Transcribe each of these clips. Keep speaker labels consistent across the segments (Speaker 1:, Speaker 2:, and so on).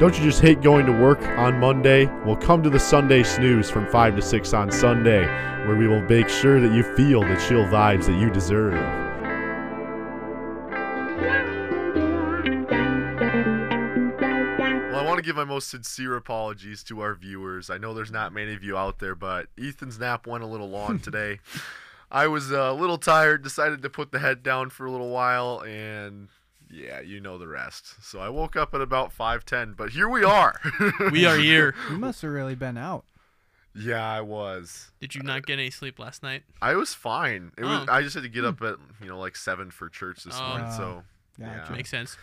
Speaker 1: Don't you just hate going to work on Monday? Well, come to the Sunday snooze from 5 to 6 on Sunday, where we will make sure that you feel the chill vibes that you deserve. Well, I want to give my most sincere apologies to our viewers. I know there's not many of you out there, but Ethan's nap went a little long today. I was uh, a little tired, decided to put the head down for a little while, and yeah, you know the rest. So I woke up at about 5:10, but here we are.
Speaker 2: We are here.
Speaker 3: You must have really been out.
Speaker 1: yeah, I was.
Speaker 2: Did you not get any sleep last night?
Speaker 1: I was fine. It was
Speaker 2: Oh.
Speaker 1: I just had to get up at, you know, like 7 for church this
Speaker 2: Oh.
Speaker 1: morning,
Speaker 3: Ah,
Speaker 1: so
Speaker 3: gotcha.
Speaker 1: yeah.
Speaker 2: Makes sense.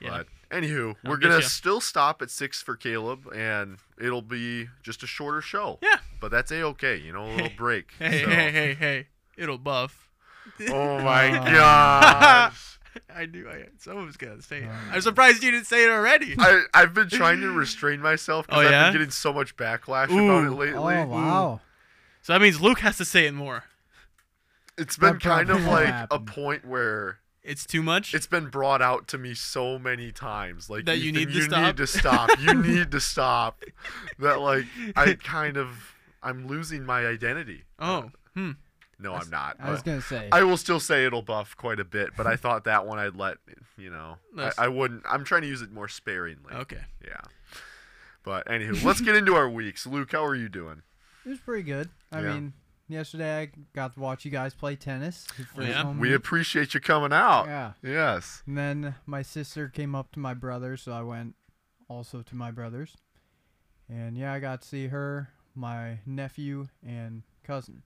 Speaker 2: Yeah.
Speaker 1: But anywho,
Speaker 2: I'll
Speaker 1: we're
Speaker 2: get
Speaker 1: going
Speaker 2: ya.
Speaker 1: to still stop at 6 for Caleb and it'll be just a shorter show.
Speaker 2: Yeah.
Speaker 1: But that's a okay, you know, a little
Speaker 2: Hey.
Speaker 1: break.
Speaker 2: Hey,
Speaker 1: so-
Speaker 2: hey, hey, hey. It'll buff.
Speaker 1: Oh my
Speaker 3: Ah.
Speaker 1: gosh.
Speaker 2: I knew I someone was gonna say it.
Speaker 3: Oh.
Speaker 2: I'm surprised you didn't say it already.
Speaker 1: I, I've been trying to restrain myself because
Speaker 2: Oh,
Speaker 1: I've
Speaker 2: yeah?
Speaker 1: been getting so much backlash about
Speaker 2: Ooh.
Speaker 1: it lately.
Speaker 3: Oh wow.
Speaker 2: So that means Luke has to say it more.
Speaker 1: It's been
Speaker 3: That
Speaker 1: kind of
Speaker 3: probably
Speaker 1: like
Speaker 3: happened.
Speaker 1: a point where
Speaker 2: It's too much.
Speaker 1: it's been brought out to me so many times like
Speaker 2: That you
Speaker 1: Ethan,
Speaker 2: need to
Speaker 1: you need
Speaker 2: stop?
Speaker 1: to stop you need to stop that like i kind of i'm losing my identity
Speaker 2: oh, hmm.
Speaker 1: no i'm not
Speaker 3: I was
Speaker 1: Mm. but
Speaker 3: gonna say.
Speaker 1: I will still say it'll buff quite a bit, but I thought that one I'd let, you know, I,
Speaker 2: That's-
Speaker 1: I wouldn't. I'm trying to use it more sparingly.
Speaker 2: Okay.
Speaker 1: Yeah. But anywho, let's get into our weeks. Luke, how are you doing?
Speaker 3: it was pretty good. I
Speaker 1: Yeah.
Speaker 3: mean, yesterday I got to watch you guys play tennis. the first
Speaker 2: yeah?
Speaker 3: home
Speaker 1: Oh, We Oh.
Speaker 3: meet.
Speaker 1: appreciate you coming out.
Speaker 3: Um, Yeah.
Speaker 1: Yes.
Speaker 3: And then my sister came up to my brother, so I went also to my brother's. And yeah, I got to see her, my nephew, and cousin.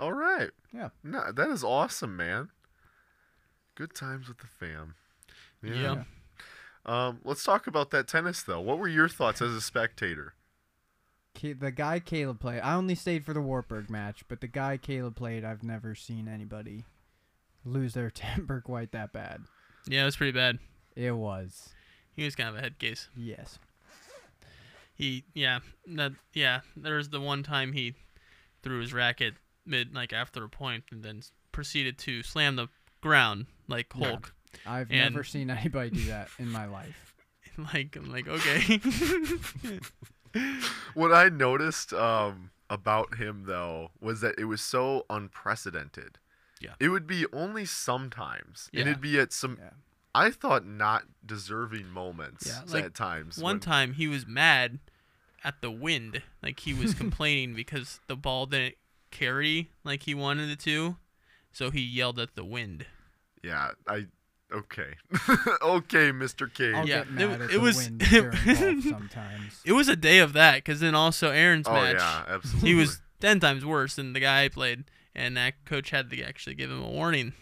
Speaker 1: All right.
Speaker 3: Yeah.
Speaker 1: No, that is awesome, man. Good times with the fam.
Speaker 2: Yeah.
Speaker 1: Um, let's talk about that tennis though. What were your thoughts as a spectator?
Speaker 3: Ca- the guy Caleb played, I only stayed for the Wartburg match, but the guy Caleb played, I've never seen anybody lose their temper quite that bad.
Speaker 2: Yeah, it was pretty bad.
Speaker 3: It was.
Speaker 2: He was kind of a head case.
Speaker 3: Yes.
Speaker 2: He, yeah, that, yeah. There was the one time he threw his racket mid, like after a point, and then proceeded to slam the ground like
Speaker 3: Yeah.
Speaker 2: Hulk.
Speaker 3: I've
Speaker 2: And-
Speaker 3: never seen anybody do that in my life.
Speaker 2: Like I'm like okay.
Speaker 1: What I noticed um, about him though was that it was so unprecedented.
Speaker 2: Yeah.
Speaker 1: It would be only sometimes, and
Speaker 2: Yeah.
Speaker 1: it'd be at some
Speaker 3: Yeah.
Speaker 1: I thought not deserving moments
Speaker 2: Yeah, like,
Speaker 1: at times.
Speaker 2: One
Speaker 1: when-
Speaker 2: time he was mad at the wind. Like he was complaining because the ball didn't carry like he wanted it to. So he yelled at the wind.
Speaker 1: Yeah, I okay, okay, Oh, Mr. King.
Speaker 3: I'll
Speaker 2: Yeah,
Speaker 3: get
Speaker 2: it
Speaker 3: mad
Speaker 2: w-
Speaker 3: at
Speaker 2: it
Speaker 3: the
Speaker 2: was-
Speaker 3: wind during golf sometimes.
Speaker 2: It was a day of that because then also Aaron's
Speaker 1: oh
Speaker 2: match.
Speaker 1: yeah, absolutely.
Speaker 2: He was 10 times worse than the guy I played. And that coach had to actually give him a warning,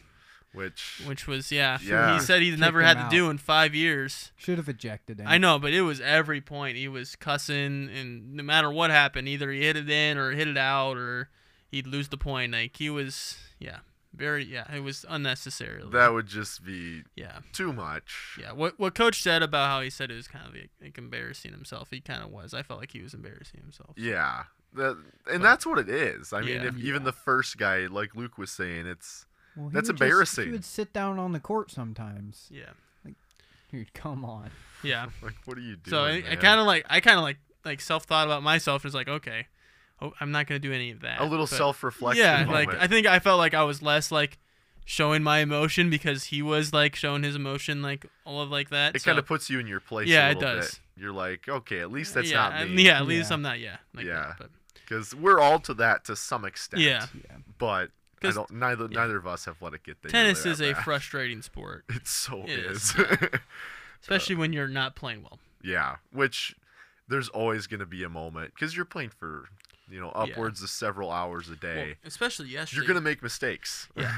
Speaker 1: which
Speaker 2: which was, yeah.
Speaker 1: Yeah.
Speaker 2: He said he's
Speaker 3: Kicked
Speaker 2: never
Speaker 3: him
Speaker 2: had to
Speaker 3: out.
Speaker 2: do in five years.
Speaker 3: Should have ejected him.
Speaker 2: I know, but it was every point. He was cussing, and no matter what happened, either he hit it in or hit it out, or he'd lose the point. Like he was, yeah, very, yeah, it was unnecessarily.
Speaker 1: that would just be
Speaker 2: yeah,
Speaker 1: too much.
Speaker 2: yeah. What what coach said about how he said it was kind of like, like embarrassing himself. He kind of was. I felt like he was embarrassing himself.
Speaker 1: Yeah. That, and
Speaker 2: But-
Speaker 1: that's what it is. I mean,
Speaker 2: Yeah.
Speaker 1: if even the first guy, like Luke was saying, it's
Speaker 3: Well, he
Speaker 1: That's
Speaker 3: would just-
Speaker 1: embarrassing.
Speaker 3: he would sit down on the court sometimes.
Speaker 2: Yeah,
Speaker 3: Dude, come on.
Speaker 2: yeah.
Speaker 1: like, what are you doing?
Speaker 2: so I, I
Speaker 1: man?
Speaker 2: kind of like I kind of like like self thought about myself. It's like okay, oh, I'm not gonna do any of that.
Speaker 1: a little
Speaker 2: but-
Speaker 1: self-reflection.
Speaker 2: yeah
Speaker 1: moment.
Speaker 2: like i think i felt like i was less like showing my emotion because he was like showing his emotion like all of like that
Speaker 1: it
Speaker 2: so-
Speaker 1: kind of puts you in your place.
Speaker 2: Yeah,
Speaker 1: a
Speaker 2: it
Speaker 1: little bit.
Speaker 2: does.
Speaker 1: You're like, okay, at least that's
Speaker 2: yeah,
Speaker 1: not
Speaker 2: and-
Speaker 1: me.
Speaker 2: yeah at least
Speaker 3: Yeah.
Speaker 2: i'm not yeah like
Speaker 1: Yeah.
Speaker 2: that, but
Speaker 1: because we're all to that to some extent.
Speaker 2: Yeah.
Speaker 3: Yeah.
Speaker 1: but I
Speaker 2: 'Cause-
Speaker 1: don't. Neither
Speaker 2: yeah.
Speaker 1: neither of us have let it get there.
Speaker 2: tennis
Speaker 1: that
Speaker 2: is a
Speaker 1: bad.
Speaker 2: frustrating sport
Speaker 1: It so
Speaker 2: It
Speaker 1: is.
Speaker 2: is, especially when you're not playing well
Speaker 1: yeah, which there's always going to be a moment because you're playing for you know
Speaker 2: Yeah.
Speaker 1: upwards of several hours a
Speaker 2: Well,
Speaker 1: day.
Speaker 2: especially yesterday
Speaker 1: you're gonna make mistakes.
Speaker 2: Yeah.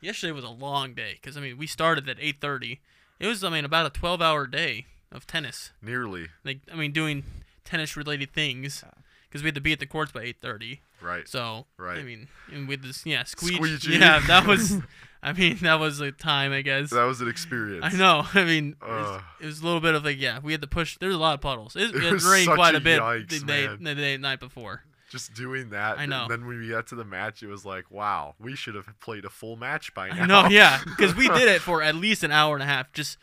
Speaker 2: yesterday was a long day because i mean we started at 8.30 it was i mean about a 12 hour day of tennis
Speaker 1: Nearly
Speaker 2: like i mean doing tennis related things
Speaker 3: Yeah.
Speaker 2: because we had to be at the courts by 8.30
Speaker 1: right.
Speaker 2: So
Speaker 1: Right.
Speaker 2: I mean, and with this, yeah, squeegee.
Speaker 1: Squeegee.
Speaker 2: Yeah, that was. I mean, that was a time, I guess.
Speaker 1: that was an experience.
Speaker 2: I know. I mean, it was-
Speaker 1: Ugh.
Speaker 2: it was a little bit of like, yeah, we had to push. There's a lot of puddles. It, it,
Speaker 1: was
Speaker 2: rained
Speaker 1: such
Speaker 2: quite
Speaker 1: a
Speaker 2: a, bit
Speaker 1: yikes,
Speaker 2: the day,
Speaker 1: man.
Speaker 2: the day night before.
Speaker 1: Just doing that.
Speaker 2: I know.
Speaker 1: And then when we got to the match, it was like, wow, we should have played a full match by now.
Speaker 2: I know, yeah, because we did it for at least an hour and a half, just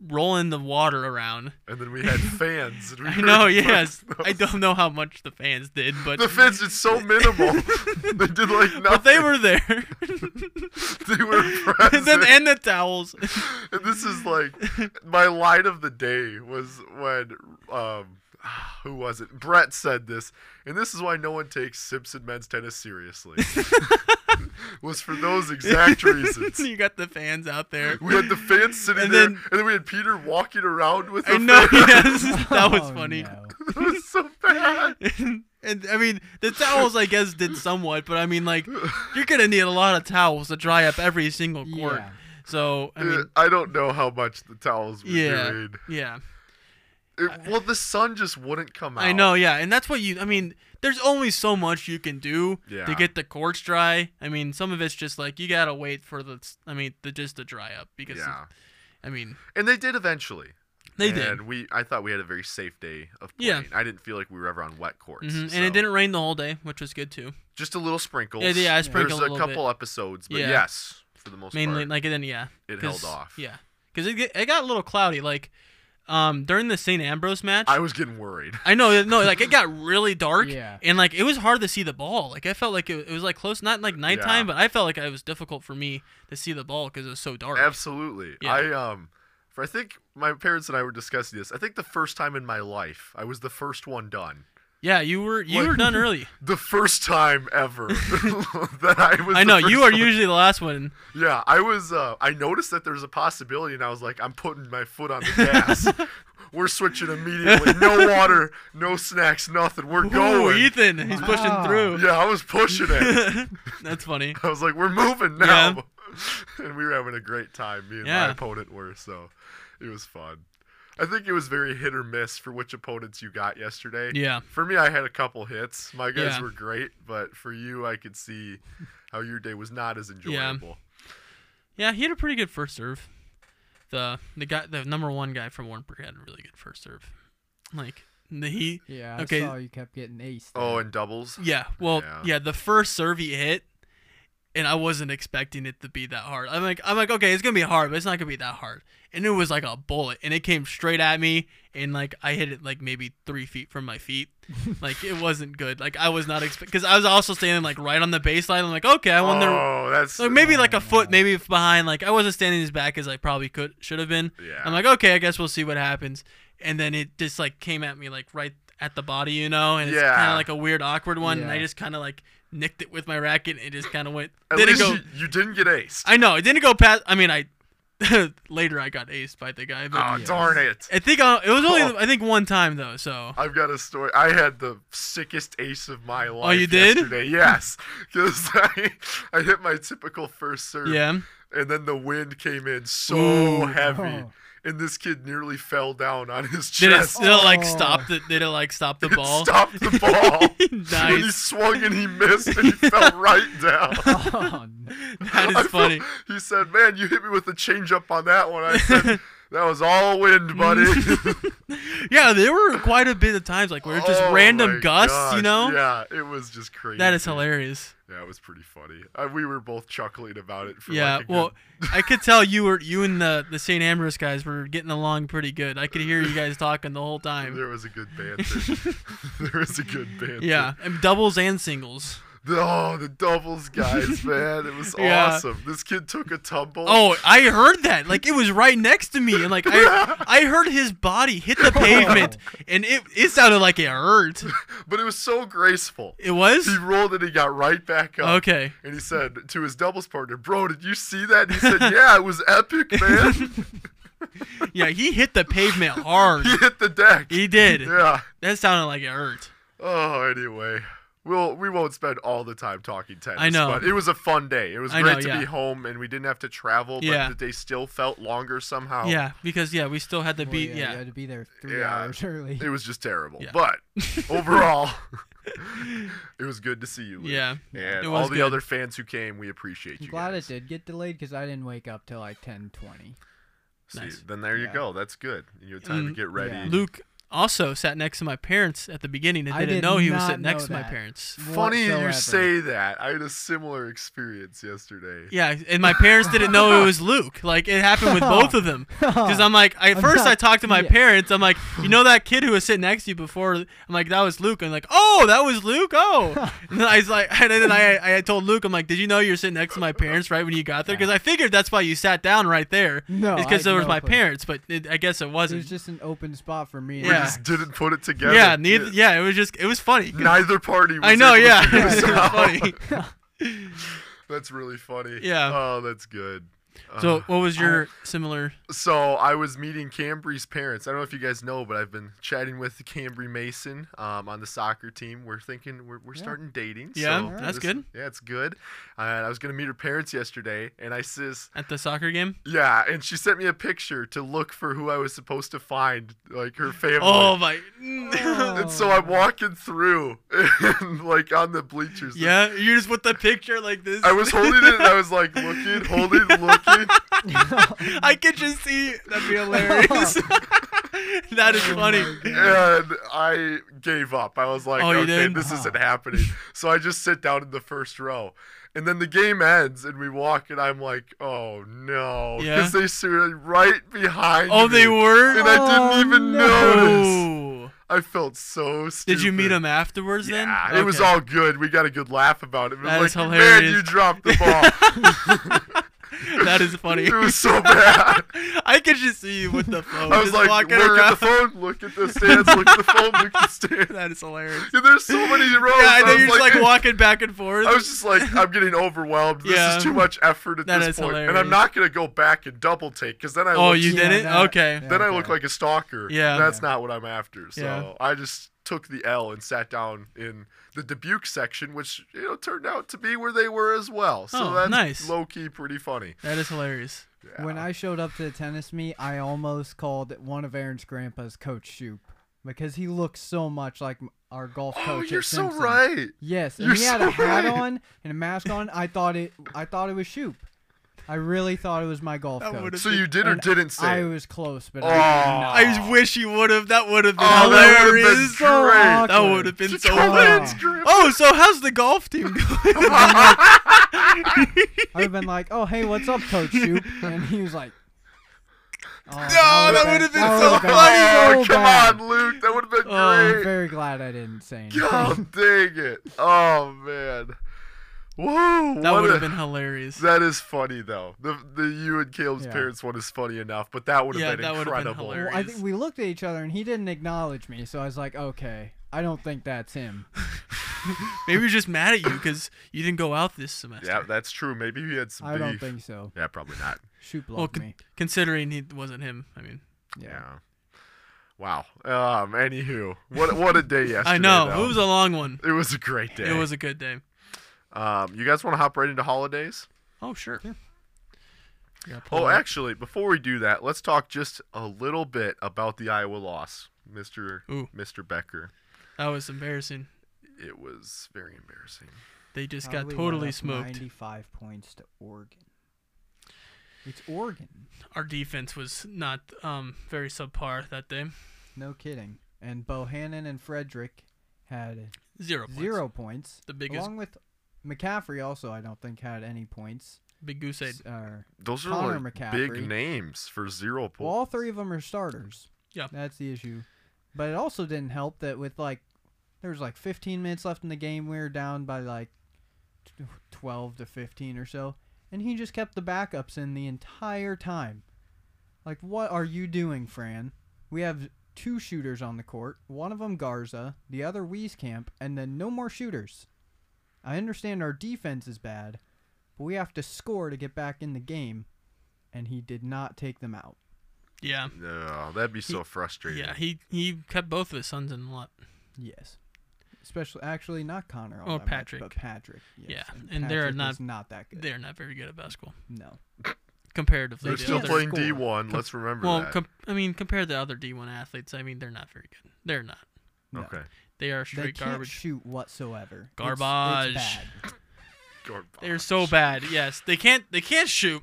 Speaker 2: rolling the water around.
Speaker 1: And then we had fans. And we
Speaker 2: I
Speaker 1: were
Speaker 2: know,
Speaker 1: in front
Speaker 2: yes.
Speaker 1: of
Speaker 2: I
Speaker 1: those.
Speaker 2: don't know how much the fans did, but
Speaker 1: The fans did so minimal. they did like nothing.
Speaker 2: but they were there.
Speaker 1: They were
Speaker 2: and, then,
Speaker 1: present.
Speaker 2: and the towels.
Speaker 1: And this is like my line of the day was when um who was it? Brett said this, and this is why no one takes Simpson men's tennis seriously. was for those exact reasons.
Speaker 2: you got the fans out there.
Speaker 1: We had the fans sitting
Speaker 2: And
Speaker 1: there,
Speaker 2: then-
Speaker 1: and then we had Peter walking around with.
Speaker 2: I
Speaker 1: the
Speaker 2: know,
Speaker 1: fans.
Speaker 2: yes. That was
Speaker 3: Oh,
Speaker 2: funny.
Speaker 3: no.
Speaker 1: it was so bad.
Speaker 2: and I mean, the towels, I guess, did somewhat, but I mean, like, you're going to need a lot of towels to dry up every single court.
Speaker 3: Yeah.
Speaker 2: So, I mean,
Speaker 1: I don't know how much the towels were
Speaker 2: Yeah.
Speaker 1: doing.
Speaker 2: yeah.
Speaker 1: It- well, the sun just wouldn't come out.
Speaker 2: I know, yeah, and that's what you. I mean, there's only so much you can do
Speaker 1: Yeah.
Speaker 2: to get the courts dry. I mean, some of it's just like you gotta wait for the. I mean, the just to dry up because
Speaker 1: Yeah,
Speaker 2: I mean
Speaker 1: and they did eventually.
Speaker 2: they
Speaker 1: and
Speaker 2: did,
Speaker 1: we, I thought we had a very safe day of
Speaker 2: Yeah.
Speaker 1: playing. I didn't feel like we were ever on wet courts.
Speaker 2: hmm and
Speaker 1: so-
Speaker 2: it didn't rain the whole day, which was good too.
Speaker 1: Just a little sprinkles.
Speaker 2: Yeah, yeah, I sprinkled a
Speaker 1: There's a,
Speaker 2: little
Speaker 1: couple episodes, but
Speaker 2: Yeah.
Speaker 1: yes, for the most
Speaker 2: bit, mainly
Speaker 1: part,
Speaker 2: like then yeah,
Speaker 1: it
Speaker 2: 'cause-
Speaker 1: held off.
Speaker 2: yeah, because it get- it got a little cloudy like, um during the St. Ambrose match.
Speaker 1: I was getting worried.
Speaker 2: I know, no, like it got really dark,
Speaker 3: Yeah.
Speaker 2: and like it was hard to see the ball. Like I felt like it, it was like close, not like nighttime,
Speaker 1: Yeah.
Speaker 2: but I felt like it was difficult for me to see the ball because it was so dark.
Speaker 1: Absolutely.
Speaker 2: Yeah.
Speaker 1: I um for I think my parents and I were discussing this. I think the first time in my life I was the first one done.
Speaker 2: Yeah, you were you
Speaker 1: Like-
Speaker 2: were done early.
Speaker 1: The first time ever that I was
Speaker 2: I
Speaker 1: the
Speaker 2: know you
Speaker 1: first
Speaker 2: are
Speaker 1: one-
Speaker 2: usually the last one.
Speaker 1: Yeah, I was uh I noticed that there was a possibility and I was like I'm putting my foot on the gas. we're switching immediately. No water, no snacks, nothing. We're
Speaker 2: Ooh,
Speaker 1: going.
Speaker 2: Ethan, he's pushing
Speaker 3: Wow.
Speaker 2: through.
Speaker 1: Yeah, I was pushing it.
Speaker 2: That's funny.
Speaker 1: I was like, we're moving now. and we were having a great time. Me and my
Speaker 2: Yeah.
Speaker 1: opponent were, so it was fun. I think it was very hit or miss for which opponents you got yesterday.
Speaker 2: Yeah.
Speaker 1: For me, I had a couple hits. My guys
Speaker 2: Yeah.
Speaker 1: were great, but for you, I could see how your day was not as enjoyable.
Speaker 2: Yeah, he had a pretty good first serve. The the guy, the number one guy from Warrenburg had a really good first serve. Like the, he,
Speaker 3: Yeah. I
Speaker 2: Okay.
Speaker 3: saw you kept getting ace.
Speaker 1: Oh,
Speaker 3: there.
Speaker 1: and doubles.
Speaker 2: yeah. Well,
Speaker 1: Yeah.
Speaker 2: yeah. the first serve he hit, and I wasn't expecting it to be that hard. I'm like, I'm like, okay, it's gonna be hard, but it's not gonna be that hard. And it was like a bullet, and it came straight at me, and like I hit it like maybe three feet from my feet. Like it wasn't good. Like I was not expect because I was also standing like right on the baseline. I'm like, okay, I wonder.
Speaker 1: oh, that's
Speaker 2: Like maybe like
Speaker 3: Oh,
Speaker 2: a foot,
Speaker 3: no.
Speaker 2: maybe f- behind. Like I wasn't standing as back as I probably could should have been.
Speaker 1: Yeah.
Speaker 2: I'm like, okay, I guess we'll see what happens. And then it just like came at me like right at the body, you know, and it's
Speaker 1: Yeah.
Speaker 2: kind of like a weird, awkward one. And I
Speaker 3: Yeah.
Speaker 2: just kind of like nicked it with my racket. and It just kind of went.
Speaker 1: At
Speaker 2: didn't
Speaker 1: least
Speaker 2: go.
Speaker 1: you, you didn't get aced.
Speaker 2: I know it didn't go past. I mean, I later I got aced by the guy, but
Speaker 1: oh,
Speaker 3: Yes.
Speaker 1: darn it.
Speaker 2: I think uh, it was only
Speaker 1: Oh.
Speaker 2: I think one time though. So
Speaker 1: I've got a story. I had the sickest ace of my life.
Speaker 2: Oh, you did?
Speaker 1: Yesterday. Yes, because I, I hit my typical first serve.
Speaker 2: yeah,
Speaker 1: And then the wind came in so
Speaker 2: Ooh.
Speaker 1: heavy,
Speaker 3: Oh.
Speaker 1: and this kid nearly fell down on his
Speaker 2: did it
Speaker 1: chest.
Speaker 2: still like
Speaker 3: Oh.
Speaker 2: stop the did it like stop the
Speaker 1: It
Speaker 2: ball?
Speaker 1: stopped the ball. And he
Speaker 2: nice.
Speaker 1: swung and he missed, and he fell right down.
Speaker 3: Oh, no.
Speaker 2: That
Speaker 1: I
Speaker 2: is
Speaker 1: felt-
Speaker 2: funny.
Speaker 1: He said, "Man, you hit me with a changeup on that one." I said, "That was all wind, buddy."
Speaker 2: Yeah, there were quite a bit of times like where it's just
Speaker 1: Oh my
Speaker 2: random gusts,
Speaker 1: gosh.
Speaker 2: you know?
Speaker 1: Yeah, it was just crazy.
Speaker 2: That is hilarious.
Speaker 1: Yeah, it was pretty funny. Uh, we were both chuckling about it. For
Speaker 2: yeah,
Speaker 1: like a good-
Speaker 2: well, I could tell you were you and the the St. Ambrose guys were getting along pretty good. I could hear you guys talking the whole time.
Speaker 1: there was a good banter. there was a good banter.
Speaker 2: Yeah, and doubles and singles.
Speaker 1: The- oh, the doubles guys, man, it was
Speaker 2: Yeah.
Speaker 1: awesome. This kid took a tumble.
Speaker 2: Oh, I heard that. Like it was right next to me, and like I I heard his body hit the pavement, and it it sounded like it hurt.
Speaker 1: but it was so graceful.
Speaker 2: It was
Speaker 1: He rolled and he got right back up.
Speaker 2: okay.
Speaker 1: And he said to his doubles partner, "Bro, did you see that?" And he said, "Yeah, it was epic, man.
Speaker 2: Yeah, he hit the pavement hard.
Speaker 1: he hit the deck."
Speaker 2: He did.
Speaker 1: Yeah.
Speaker 2: That sounded like it hurt.
Speaker 1: Oh, anyway, we'll we won't spend all the time talking tennis.
Speaker 2: I know.
Speaker 1: but it was a fun day. It was
Speaker 2: I
Speaker 1: great
Speaker 2: know,
Speaker 1: to be
Speaker 2: yeah.
Speaker 1: home, and we didn't have to travel.
Speaker 2: Yeah.
Speaker 1: but the day still felt longer somehow.
Speaker 2: Yeah, because yeah, we still had to
Speaker 3: Well,
Speaker 2: beat.
Speaker 3: yeah,
Speaker 2: yeah,
Speaker 3: You had to be there three
Speaker 1: Yeah.
Speaker 3: hours early.
Speaker 1: it was just terrible.
Speaker 2: Yeah.
Speaker 1: But overall, it was good to see you. Luke.
Speaker 2: Yeah.
Speaker 1: and
Speaker 2: It
Speaker 1: all
Speaker 2: was
Speaker 1: the
Speaker 2: good.
Speaker 1: other fans who came, we appreciate
Speaker 3: I'm
Speaker 1: you.
Speaker 3: glad
Speaker 1: guys.
Speaker 3: it did get delayed because I didn't wake up till like ten twenty.
Speaker 1: See,
Speaker 2: Nice.
Speaker 1: then there you
Speaker 3: Yeah.
Speaker 1: go. That's good. You had time to
Speaker 2: Mm,
Speaker 1: get ready.
Speaker 3: yeah.
Speaker 2: Luke, also sat next to my parents at the beginning and
Speaker 3: I
Speaker 2: didn't
Speaker 3: did
Speaker 2: know he was
Speaker 3: not
Speaker 2: sitting next
Speaker 3: know
Speaker 2: to my
Speaker 3: that.
Speaker 2: parents.
Speaker 1: Funny you
Speaker 3: whatsoever.
Speaker 1: say that. I had a similar experience yesterday.
Speaker 2: Yeah, and my parents didn't know it was Luke. Like it happened with both of them. Because I'm like, I, at
Speaker 3: Oh. I'm
Speaker 2: first
Speaker 3: not-
Speaker 2: I talked to my
Speaker 3: yeah.
Speaker 2: parents. I'm like, you know that kid who was sitting next to you before? I'm like, that was Luke. I'm like, oh, that was Luke. Oh, and then I was like, and then I, I told Luke, I'm like, did you know you were sitting next to my parents right when you got there? Because I figured that's why you sat down right there.
Speaker 3: No,
Speaker 2: it's
Speaker 3: I
Speaker 2: because
Speaker 3: had
Speaker 2: there was
Speaker 3: no
Speaker 2: my
Speaker 3: clue.
Speaker 2: parents, but it, I guess it
Speaker 3: It
Speaker 2: wasn't.
Speaker 3: was just an open spot for me.
Speaker 1: We
Speaker 3: and
Speaker 2: Yeah.
Speaker 1: just
Speaker 3: Max.
Speaker 1: didn't put it together.
Speaker 2: yeah, neither. Yeah. it was just it was funny. 'cause-
Speaker 1: Neither party. Was
Speaker 2: I know.
Speaker 1: able to
Speaker 2: Yeah,
Speaker 1: figure
Speaker 2: it was
Speaker 1: this
Speaker 2: so
Speaker 1: out.
Speaker 2: funny.
Speaker 1: That's really funny.
Speaker 2: Yeah.
Speaker 1: Oh, that's good.
Speaker 2: So
Speaker 1: Uh,
Speaker 2: what was your similar?
Speaker 1: so I was meeting Cambry's parents. I don't know if you guys know, but I've been chatting with Cambry Mason um, on the soccer team. We're thinking we're, we're
Speaker 3: Yeah.
Speaker 1: starting dating.
Speaker 2: Yeah,
Speaker 1: so this-
Speaker 2: that's good.
Speaker 1: Yeah, it's good. Uh, and I was gonna meet her parents yesterday, and I says,
Speaker 2: At the soccer game?
Speaker 1: yeah, and she sent me a picture to look for who I was supposed to find, like her family.
Speaker 2: Oh my!
Speaker 1: And so
Speaker 3: Oh.
Speaker 1: I'm walking through, and like on the bleachers. the
Speaker 2: yeah, you just with the picture like this.
Speaker 1: I was holding it and I was like looking, holding, looking.
Speaker 2: I could just see. That'd be hilarious. that
Speaker 1: Oh
Speaker 2: is funny.
Speaker 1: And I gave up. I was like,
Speaker 2: Oh, you
Speaker 1: okay,
Speaker 2: did?
Speaker 1: this
Speaker 3: Huh.
Speaker 1: isn't happening. So I just sit down in the first row. And then the game ends and we walk and I'm like, oh no.
Speaker 2: Yeah.
Speaker 1: Because they stood right behind
Speaker 2: Oh,
Speaker 1: me.
Speaker 2: they were.
Speaker 1: And I didn't
Speaker 3: Oh,
Speaker 1: even
Speaker 3: no.
Speaker 1: notice.
Speaker 2: Oh.
Speaker 1: I felt so stupid.
Speaker 2: Did you meet him afterwards then?
Speaker 1: Yeah, it was
Speaker 2: Okay.
Speaker 1: all good. We got a good laugh about it. It was
Speaker 2: That
Speaker 1: like,
Speaker 2: is hilarious.
Speaker 1: man, you dropped the ball.
Speaker 2: That is funny.
Speaker 1: it was so bad.
Speaker 2: I could just see you with the phone.
Speaker 1: I was
Speaker 2: just
Speaker 1: like, look
Speaker 2: walking
Speaker 1: at
Speaker 2: around.
Speaker 1: the phone, look at the stands, look at the phone, look at the stands.
Speaker 2: That is hilarious.
Speaker 1: Dude, there's so many rows.
Speaker 2: Yeah, I know
Speaker 1: was
Speaker 2: you're just like
Speaker 1: eh.
Speaker 2: walking back and forth.
Speaker 1: I was just like, I'm getting overwhelmed. This
Speaker 2: Yeah.
Speaker 1: is too much effort at
Speaker 2: That
Speaker 1: this
Speaker 2: is
Speaker 1: point, and I'm
Speaker 2: hilarious.
Speaker 1: not gonna go back and double take because then I
Speaker 2: oh,
Speaker 1: look,
Speaker 2: you
Speaker 3: Yeah,
Speaker 2: didn't?
Speaker 3: that-
Speaker 2: okay.
Speaker 1: then I
Speaker 3: Okay.
Speaker 1: look like a stalker.
Speaker 2: Yeah.
Speaker 1: and that's not what I'm after. So
Speaker 2: Yeah.
Speaker 1: I just took the L and sat down in the Dubuque section, which you know turned out to be where they were as well. So
Speaker 2: Oh,
Speaker 1: that's
Speaker 2: nice.
Speaker 1: low key pretty funny.
Speaker 2: That is hilarious.
Speaker 1: Yeah.
Speaker 3: When I showed up to the tennis meet, I almost called one of Aaron's grandpas Coach Shoop because he looks so much like m- our golf
Speaker 1: oh,
Speaker 3: coach. at
Speaker 1: you're so
Speaker 3: Simpson.
Speaker 1: right.
Speaker 3: Yes, and
Speaker 1: You're
Speaker 3: he had
Speaker 1: so
Speaker 3: a hat
Speaker 1: right.
Speaker 3: on and a mask on. I thought it. I thought it was Shoop. I really thought it was my golf
Speaker 2: That would've
Speaker 3: coach.
Speaker 1: So you did or
Speaker 3: And
Speaker 1: didn't say?
Speaker 3: I
Speaker 1: it?
Speaker 3: was close, but
Speaker 1: Oh.
Speaker 3: I
Speaker 2: I just wish you would have. That would have been
Speaker 1: Oh, that would've been
Speaker 2: hilarious.
Speaker 1: so
Speaker 3: great.
Speaker 2: That would have been
Speaker 1: Just
Speaker 2: so
Speaker 1: call
Speaker 2: good.
Speaker 1: it script.
Speaker 2: Oh, so how's the golf team going?
Speaker 3: would have been like, "Oh, hey, what's up, Coach Shoop?" And he was like, oh, "No,
Speaker 2: that would've been so
Speaker 1: Oh,
Speaker 2: funny.
Speaker 1: come
Speaker 3: bad.
Speaker 1: on, Luke. That would have been
Speaker 2: Oh,
Speaker 3: I'm
Speaker 1: great.
Speaker 3: very glad I didn't say anything.
Speaker 1: God dang it. Oh man. Whoa.
Speaker 2: that
Speaker 1: what
Speaker 2: would
Speaker 1: a-
Speaker 2: have been hilarious.
Speaker 1: That is funny though. The the you and Caleb's
Speaker 3: Yeah.
Speaker 1: parents one is funny enough, but that would have
Speaker 2: Yeah,
Speaker 1: been
Speaker 2: that would've been
Speaker 1: incredible.
Speaker 2: hilarious.
Speaker 3: Well, I think we looked at each other and he didn't acknowledge me, so I was like, okay, I don't think that's him.
Speaker 2: Maybe he was just mad at you because you didn't go out this semester.
Speaker 1: yeah, that's true. Maybe he had some
Speaker 3: I
Speaker 1: beef.
Speaker 3: don't think so.
Speaker 1: Yeah, probably not.
Speaker 3: Shoop
Speaker 2: Well,
Speaker 3: loved
Speaker 2: con-
Speaker 3: me.
Speaker 2: considering he wasn't him. I mean,
Speaker 1: Yeah. Wow. Um. Anywho, what what a day yesterday.
Speaker 2: I know
Speaker 1: though.
Speaker 2: it was a long one.
Speaker 1: It was a great day.
Speaker 2: It was a good day.
Speaker 1: Um. You guys want to hop right into holidays?
Speaker 2: Oh sure. Yeah, pull
Speaker 1: Oh,
Speaker 2: it up.
Speaker 1: actually, before we do that, let's talk just a little bit about the Iowa loss, Mister
Speaker 2: Ooh.
Speaker 1: Mister Becker.
Speaker 2: that was embarrassing.
Speaker 1: It was very embarrassing.
Speaker 2: They just
Speaker 3: Probably
Speaker 2: got
Speaker 3: went
Speaker 2: totally
Speaker 3: up
Speaker 2: smoked.
Speaker 3: 95 points to Oregon. It's Oregon.
Speaker 2: Our defense was not um, very subpar that day.
Speaker 3: No kidding. And Bohannon and Frederick had
Speaker 2: Zero points.
Speaker 3: zero points.
Speaker 2: The biggest-
Speaker 3: Along with McCaffrey, also, I don't think, had any points.
Speaker 2: Big goose egg.
Speaker 3: S- uh, or-
Speaker 1: Those are
Speaker 3: Connor
Speaker 1: like
Speaker 3: McCaffrey.
Speaker 1: big names for zero
Speaker 3: well, all
Speaker 1: points.
Speaker 3: three of them are starters.
Speaker 2: Yeah.
Speaker 3: That's the issue. But it also didn't help that with like there was like 15 minutes left in the game, we were down by like t- 12 to 15 or so, and he just kept the backups in the entire time. Like what are you doing, Fran? We have two shooters on the court, one of them Garza, the other Wieskamp, and then no more shooters. I understand our defense is bad, but we have to score to get back in the game, and he did not take them out.
Speaker 2: Yeah.
Speaker 1: No, that'd be so frustrating.
Speaker 2: Yeah, he he kept both of his sons in the lot.
Speaker 3: Yes. Especially, actually, not Connor. all
Speaker 2: Or
Speaker 3: that much,
Speaker 2: Oh, Patrick.
Speaker 3: but Patrick. Yes.
Speaker 2: Yeah, and they're
Speaker 3: Patrick
Speaker 2: not-
Speaker 3: is not that good.
Speaker 2: They're not very good at basketball
Speaker 3: No.
Speaker 2: comparatively.
Speaker 1: They're
Speaker 2: to
Speaker 1: still
Speaker 2: other-
Speaker 1: playing
Speaker 3: score.
Speaker 1: D1. Let's remember
Speaker 2: Well,
Speaker 1: that.
Speaker 2: com- I mean, compared to other D1 athletes, I mean, they're not very good. They're not.
Speaker 3: no.
Speaker 1: Okay.
Speaker 2: They are
Speaker 3: They
Speaker 2: straight
Speaker 3: can't
Speaker 2: garbage.
Speaker 3: shoot whatsoever. It's-
Speaker 2: Garbage.
Speaker 3: It's, bad.
Speaker 2: They're so bad. Yes, they can't. They can't shoot.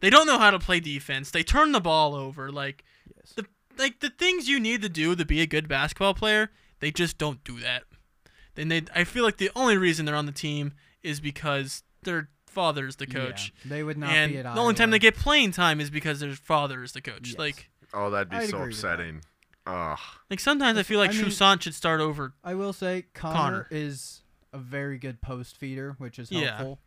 Speaker 2: They don't know how to play defense. They turn the ball over. Like
Speaker 3: Yes.
Speaker 2: the like the things you need to do to be a good basketball player, they just don't do that. Then they, I feel like the only reason they're on the team is because their father is the coach,
Speaker 3: Yeah, they would not
Speaker 2: and
Speaker 3: be at
Speaker 2: the only time they
Speaker 3: Iowa.
Speaker 2: get playing time is because their father is the coach.
Speaker 3: Yes.
Speaker 2: Like,
Speaker 1: Oh, that'd be
Speaker 3: I'd
Speaker 1: so
Speaker 3: agree with that.
Speaker 1: upsetting. Ugh.
Speaker 2: like sometimes I feel like
Speaker 3: I mean-
Speaker 2: Shusant should start over.
Speaker 3: I will say Connor,
Speaker 2: Connor.
Speaker 3: is a very good post feeder, which is
Speaker 2: Yeah.
Speaker 3: helpful.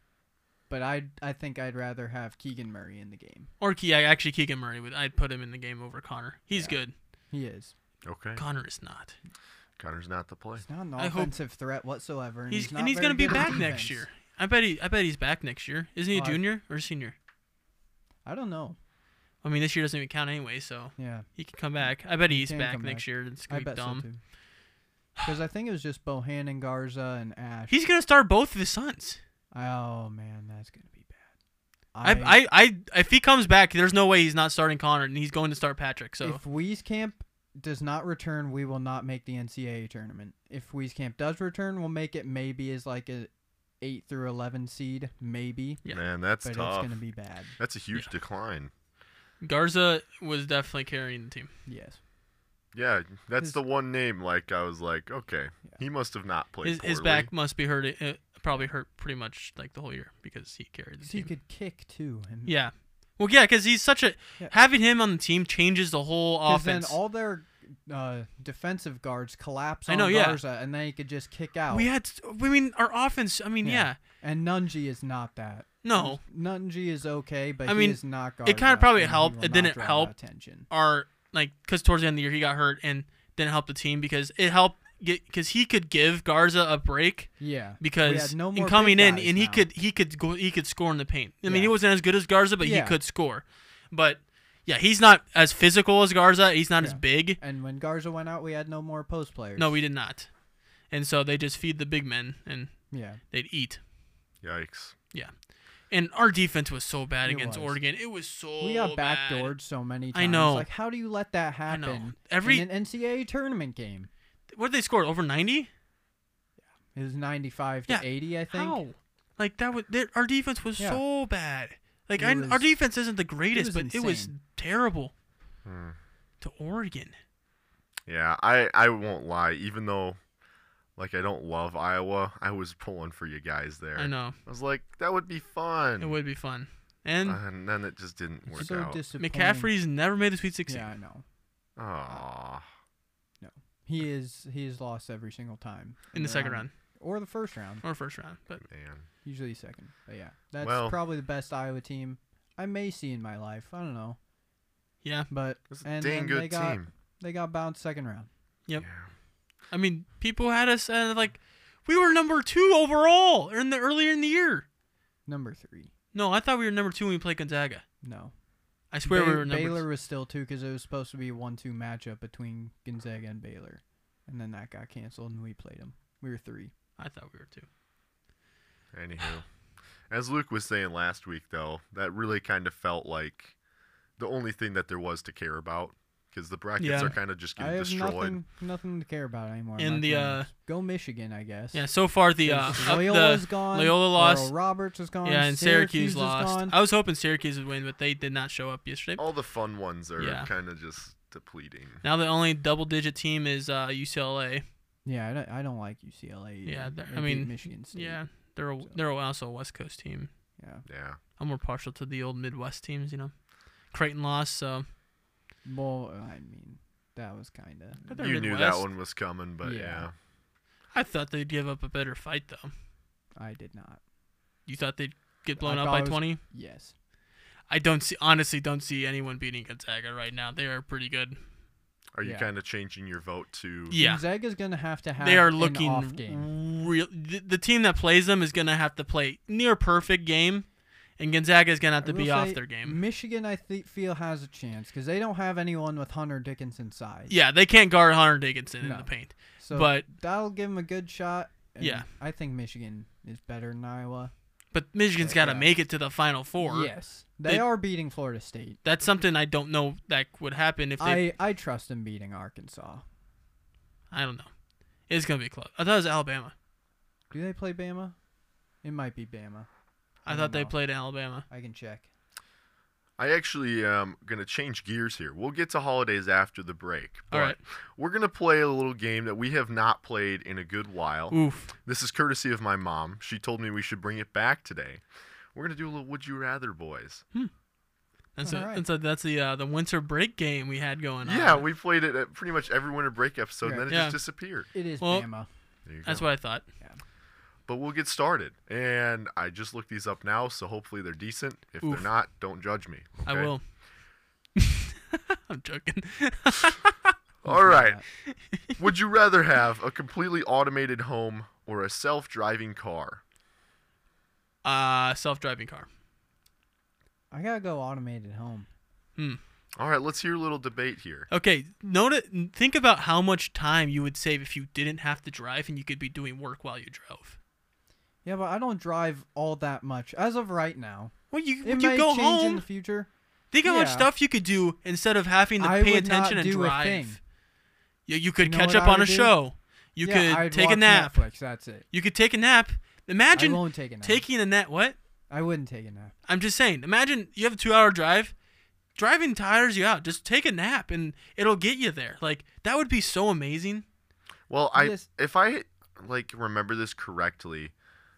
Speaker 3: But I I think I'd rather have Keegan Murray in the game.
Speaker 2: Or Ke- I actually Keegan Murray would. I'd put him in the game over Connor. He's good.
Speaker 3: He is.
Speaker 1: Okay.
Speaker 2: Connor is not.
Speaker 1: Connor's not the play.
Speaker 3: He's not an
Speaker 2: I hope-
Speaker 3: offensive threat whatsoever. And
Speaker 2: He's,
Speaker 3: he's, not
Speaker 2: and he's
Speaker 3: very
Speaker 2: gonna be
Speaker 3: good at
Speaker 2: back next
Speaker 3: defense.
Speaker 2: year. I bet he. I bet he's back next year. Isn't he a
Speaker 3: Well, I-
Speaker 2: junior or a senior?
Speaker 3: I don't know.
Speaker 2: I mean, this year doesn't even count anyway, so
Speaker 3: Yeah,
Speaker 2: he can come back. I bet he's
Speaker 3: can
Speaker 2: back
Speaker 3: come
Speaker 2: next
Speaker 3: back.
Speaker 2: year. It's
Speaker 3: I
Speaker 2: gonna be
Speaker 3: bet
Speaker 2: dumb.
Speaker 3: so too. Because I think it was just Bohan and Garza and Ash.
Speaker 2: He's gonna start both of his sons.
Speaker 3: oh man, that's gonna be bad.
Speaker 2: I, I, I, if he comes back, there's no way he's not starting Connor, and he's going to start Patrick. So
Speaker 3: if Wieskamp does not return, we will not make the NCAA tournament. If Wieskamp does return, we'll make it maybe as like a eight through eleven seed, maybe.
Speaker 2: Yeah.
Speaker 1: Man, that's
Speaker 3: but
Speaker 1: tough.
Speaker 3: it's gonna be bad.
Speaker 1: That's a huge decline.
Speaker 2: Garza was definitely carrying the team.
Speaker 3: Yes.
Speaker 1: Yeah, that's
Speaker 3: His-
Speaker 1: the one name. Like I was like, okay, he must have not played.
Speaker 2: His,
Speaker 1: poorly.
Speaker 2: his back must be hurt. uh probably hurt pretty much like the whole year because he carried the
Speaker 3: So he
Speaker 2: team.
Speaker 3: could kick too. And
Speaker 2: yeah. Well, yeah, because he's such a
Speaker 3: Yeah.
Speaker 2: having him on the team changes the whole
Speaker 3: 'cause then
Speaker 2: offense.
Speaker 3: all their uh, defensive guards collapse
Speaker 2: I
Speaker 3: on
Speaker 2: know, yeah.
Speaker 3: Garza, and then he could just kick out.
Speaker 2: we had, I mean, our offense. I mean,
Speaker 3: Yeah.
Speaker 2: yeah,
Speaker 3: and Nunji is not that.
Speaker 2: No.
Speaker 3: Nunji is okay, but
Speaker 2: I
Speaker 3: he
Speaker 2: mean,
Speaker 3: is not
Speaker 2: it
Speaker 3: Garza.
Speaker 2: kinda probably
Speaker 3: and he
Speaker 2: helped.
Speaker 3: will
Speaker 2: It
Speaker 3: not
Speaker 2: didn't
Speaker 3: draw that
Speaker 2: help.
Speaker 3: Attention.
Speaker 2: our like because towards the end of the year he got hurt and didn't help the team because it helped get because he could give Garza a break
Speaker 3: Yeah. We
Speaker 2: because
Speaker 3: had no
Speaker 2: in
Speaker 3: more
Speaker 2: coming
Speaker 3: big
Speaker 2: in
Speaker 3: guys
Speaker 2: and he
Speaker 3: now.
Speaker 2: could he could go, he could score in the paint. I mean, he
Speaker 3: Yeah.
Speaker 2: wasn't as good as Garza, but he
Speaker 3: Yeah.
Speaker 2: could score. But yeah, he's not as physical as Garza. He's not as
Speaker 3: Yeah.
Speaker 2: big.
Speaker 3: And when Garza went out, we had no more post players.
Speaker 2: No, we did not. And so they just feed the big men and
Speaker 3: Yeah.
Speaker 2: they'd eat.
Speaker 1: Yikes.
Speaker 2: And our defense was so bad
Speaker 3: It
Speaker 2: against
Speaker 3: was.
Speaker 2: Oregon. It was so
Speaker 3: We got
Speaker 2: bad.
Speaker 3: backdoored so many
Speaker 2: Oh, I
Speaker 3: times.
Speaker 2: know.
Speaker 3: Like, how do you let that
Speaker 2: I
Speaker 3: happen?
Speaker 2: know. Every
Speaker 3: in an NCAA tournament game.
Speaker 2: what did they score? Over ninety?
Speaker 3: It was 95 to
Speaker 2: Yeah.
Speaker 3: 80, I think.
Speaker 2: How? Like that was that, our defense was
Speaker 3: Yeah.
Speaker 2: so bad. Like
Speaker 3: It
Speaker 2: I, our
Speaker 3: was-
Speaker 2: defense isn't the greatest,
Speaker 3: was
Speaker 2: but it was
Speaker 3: insane.
Speaker 2: terrible
Speaker 1: Hmm.
Speaker 2: to Oregon.
Speaker 1: Yeah, I I won't lie. Even though, like, I don't love Iowa, I was pulling for you guys there.
Speaker 2: I know
Speaker 1: I was like, that would be fun.
Speaker 2: it would be fun. And
Speaker 1: And then it just didn't work
Speaker 3: So
Speaker 1: out.
Speaker 3: disappointing.
Speaker 2: McCaffrey's never made the Sweet Sixteen.
Speaker 3: Yeah, I know.
Speaker 1: Aw.
Speaker 3: He is he is lost every single time
Speaker 2: in the second round
Speaker 3: or the first round,
Speaker 2: or first round. But
Speaker 1: Man.
Speaker 3: usually second. But yeah, that's
Speaker 1: Well-
Speaker 3: probably the best Iowa team I may see in my life. I don't know,
Speaker 2: yeah,
Speaker 3: but
Speaker 1: It's a
Speaker 3: and,
Speaker 1: dang
Speaker 3: and
Speaker 1: good
Speaker 3: they got
Speaker 1: team.
Speaker 3: they got bounced second round.
Speaker 2: Yep.
Speaker 1: Yeah.
Speaker 2: I mean, people had us uh, like we were number two overall in the earlier in the year.
Speaker 3: Number three.
Speaker 2: No, I thought we were number two when we played Gonzaga.
Speaker 3: No,
Speaker 2: I swear we
Speaker 3: Ba-
Speaker 2: were number.
Speaker 3: Baylor
Speaker 2: two.
Speaker 3: was still two because it was supposed to be a one-two matchup between Gonzaga and Baylor, and then that got canceled and we played them. We were three.
Speaker 2: I thought we were two.
Speaker 1: Anywho, as Luke was saying last week, though, that really kind of felt like the only thing that there was to care about because the brackets
Speaker 2: Yeah.
Speaker 1: are kind of just
Speaker 3: I
Speaker 1: getting
Speaker 3: have
Speaker 1: destroyed.
Speaker 3: nothing nothing to care about anymore.
Speaker 2: In
Speaker 3: my
Speaker 2: the,
Speaker 3: friends. go Michigan, I guess.
Speaker 2: Yeah. So far the uh,
Speaker 3: Because
Speaker 2: up
Speaker 3: Loyola's
Speaker 2: the
Speaker 3: gone.
Speaker 2: Loyola lost.
Speaker 3: Oral Roberts is gone.
Speaker 2: yeah, and Syracuse,
Speaker 3: is
Speaker 2: lost. Uh,
Speaker 3: gone.
Speaker 2: I was hoping Syracuse would win, but they did not show up yesterday.
Speaker 1: All the fun ones are
Speaker 2: Yeah.
Speaker 1: kind of just depleting.
Speaker 2: Now the only double-digit team is uh, UCLA.
Speaker 3: Yeah, I don't, I don't like UCLA. Either.
Speaker 2: Yeah, they're-
Speaker 3: They
Speaker 2: I
Speaker 3: beat
Speaker 2: mean,
Speaker 3: Michigan State.
Speaker 2: Yeah, they're a,
Speaker 3: So-
Speaker 2: they're also a West Coast team.
Speaker 3: yeah.
Speaker 1: Yeah.
Speaker 2: I'm more partial to the old Midwest teams, you know. Creighton lost, so
Speaker 3: Well, I mean, that was kind of.
Speaker 2: But they're
Speaker 1: You knew that
Speaker 2: Midwest.
Speaker 1: one was coming, but
Speaker 3: Yeah.
Speaker 1: yeah.
Speaker 2: I thought they'd give up a better fight, though.
Speaker 3: I did not.
Speaker 2: You thought they'd get
Speaker 3: I
Speaker 2: blown up
Speaker 3: thought
Speaker 2: by
Speaker 3: it was-
Speaker 2: 20?
Speaker 3: Yes.
Speaker 2: I don't see, honestly, don't see anyone beating Gonzaga right now. They are pretty good.
Speaker 1: Are you
Speaker 3: Yeah.
Speaker 1: kind of changing your vote to?
Speaker 2: Yeah,
Speaker 3: Gonzaga's gonna have to have.
Speaker 2: they are
Speaker 3: an off
Speaker 2: looking
Speaker 3: game.
Speaker 2: real. The, the team that plays them is gonna have to play near perfect game, and Gonzaga is gonna have
Speaker 3: I
Speaker 2: to
Speaker 3: will
Speaker 2: be off
Speaker 3: say,
Speaker 2: their game.
Speaker 3: Michigan, I thi- feel has a chance because they don't have anyone with Hunter Dickinson size.
Speaker 2: Yeah, they can't guard Hunter Dickinson in
Speaker 3: No.
Speaker 2: the paint.
Speaker 3: So
Speaker 2: but-
Speaker 3: that'll give them a good shot. and
Speaker 2: Yeah.
Speaker 3: I think Michigan is better than Iowa.
Speaker 2: But Michigan's got to
Speaker 3: Yeah.
Speaker 2: make it to the Final Four.
Speaker 3: yes, they,
Speaker 2: they-
Speaker 3: are beating Florida State.
Speaker 2: That's something I don't know that would happen if they.
Speaker 3: I I trust them beating Arkansas.
Speaker 2: I, don't know. It's gonna be close. I thought it was Alabama.
Speaker 3: Do they play Bama? It might be Bama.
Speaker 2: I,
Speaker 3: I
Speaker 2: thought
Speaker 3: don't
Speaker 2: they
Speaker 3: know.
Speaker 2: played Alabama.
Speaker 3: I can check.
Speaker 1: I actually am going to change gears here. We'll get to holidays after the break. But
Speaker 2: All right.
Speaker 1: We're going to play a little game that we have not played in a good while.
Speaker 2: Oof.
Speaker 1: This is courtesy of my mom. She told me we should bring it back today. We're going to do a little Would You Rather, boys.
Speaker 2: Hmm. That's a,
Speaker 3: Alright.
Speaker 2: that's a, that's the uh, the winter break game we had going on.
Speaker 1: Yeah, we played it at pretty much every winter break episode, and then it
Speaker 2: Right.
Speaker 1: just
Speaker 2: Yeah.
Speaker 1: disappeared.
Speaker 3: It is
Speaker 2: Well-
Speaker 3: Bama.
Speaker 1: There you
Speaker 2: That's
Speaker 1: go.
Speaker 2: what I thought.
Speaker 1: But we'll get started. And I just looked these up now, so hopefully they're decent. If
Speaker 2: Oof.
Speaker 1: they're not, don't judge me.
Speaker 2: I
Speaker 1: okay?
Speaker 2: will. I'm joking.
Speaker 1: All right. Would you rather have a completely automated home or a self-driving car?
Speaker 2: Uh, self-driving car.
Speaker 3: I gotta go automated home.
Speaker 1: All right, let's hear a little debate here.
Speaker 2: Hmm. Okay, notice, think about how much time you would save if you didn't have to drive and you could be doing work while you drove.
Speaker 3: Yeah, but I don't drive all that much as of right now.
Speaker 2: Well, you
Speaker 3: It
Speaker 2: when
Speaker 3: may
Speaker 2: you go
Speaker 3: change in
Speaker 2: home,
Speaker 3: the future.
Speaker 2: think how much
Speaker 3: yeah.
Speaker 2: stuff you could do instead of having to
Speaker 3: I
Speaker 2: pay
Speaker 3: would not
Speaker 2: attention and
Speaker 3: do a
Speaker 2: drive.
Speaker 3: thing.
Speaker 2: You, you could
Speaker 3: know
Speaker 2: catch
Speaker 3: what
Speaker 2: up
Speaker 3: I
Speaker 2: on a
Speaker 3: would do?
Speaker 2: show. You
Speaker 3: yeah,
Speaker 2: could
Speaker 3: I'd
Speaker 2: take a
Speaker 3: watch
Speaker 2: nap.
Speaker 3: Netflix. That's it.
Speaker 2: You could take a nap.
Speaker 3: I
Speaker 2: Imagine
Speaker 3: won't take a nap.
Speaker 2: taking a nap. What?
Speaker 3: I wouldn't take a nap.
Speaker 2: I'm just saying. Imagine you have a two-hour drive. Driving tires you out. Just take a nap and it'll get you there. Like that would be so amazing.
Speaker 1: Well, I
Speaker 3: Yes.
Speaker 1: if I like remember this correctly,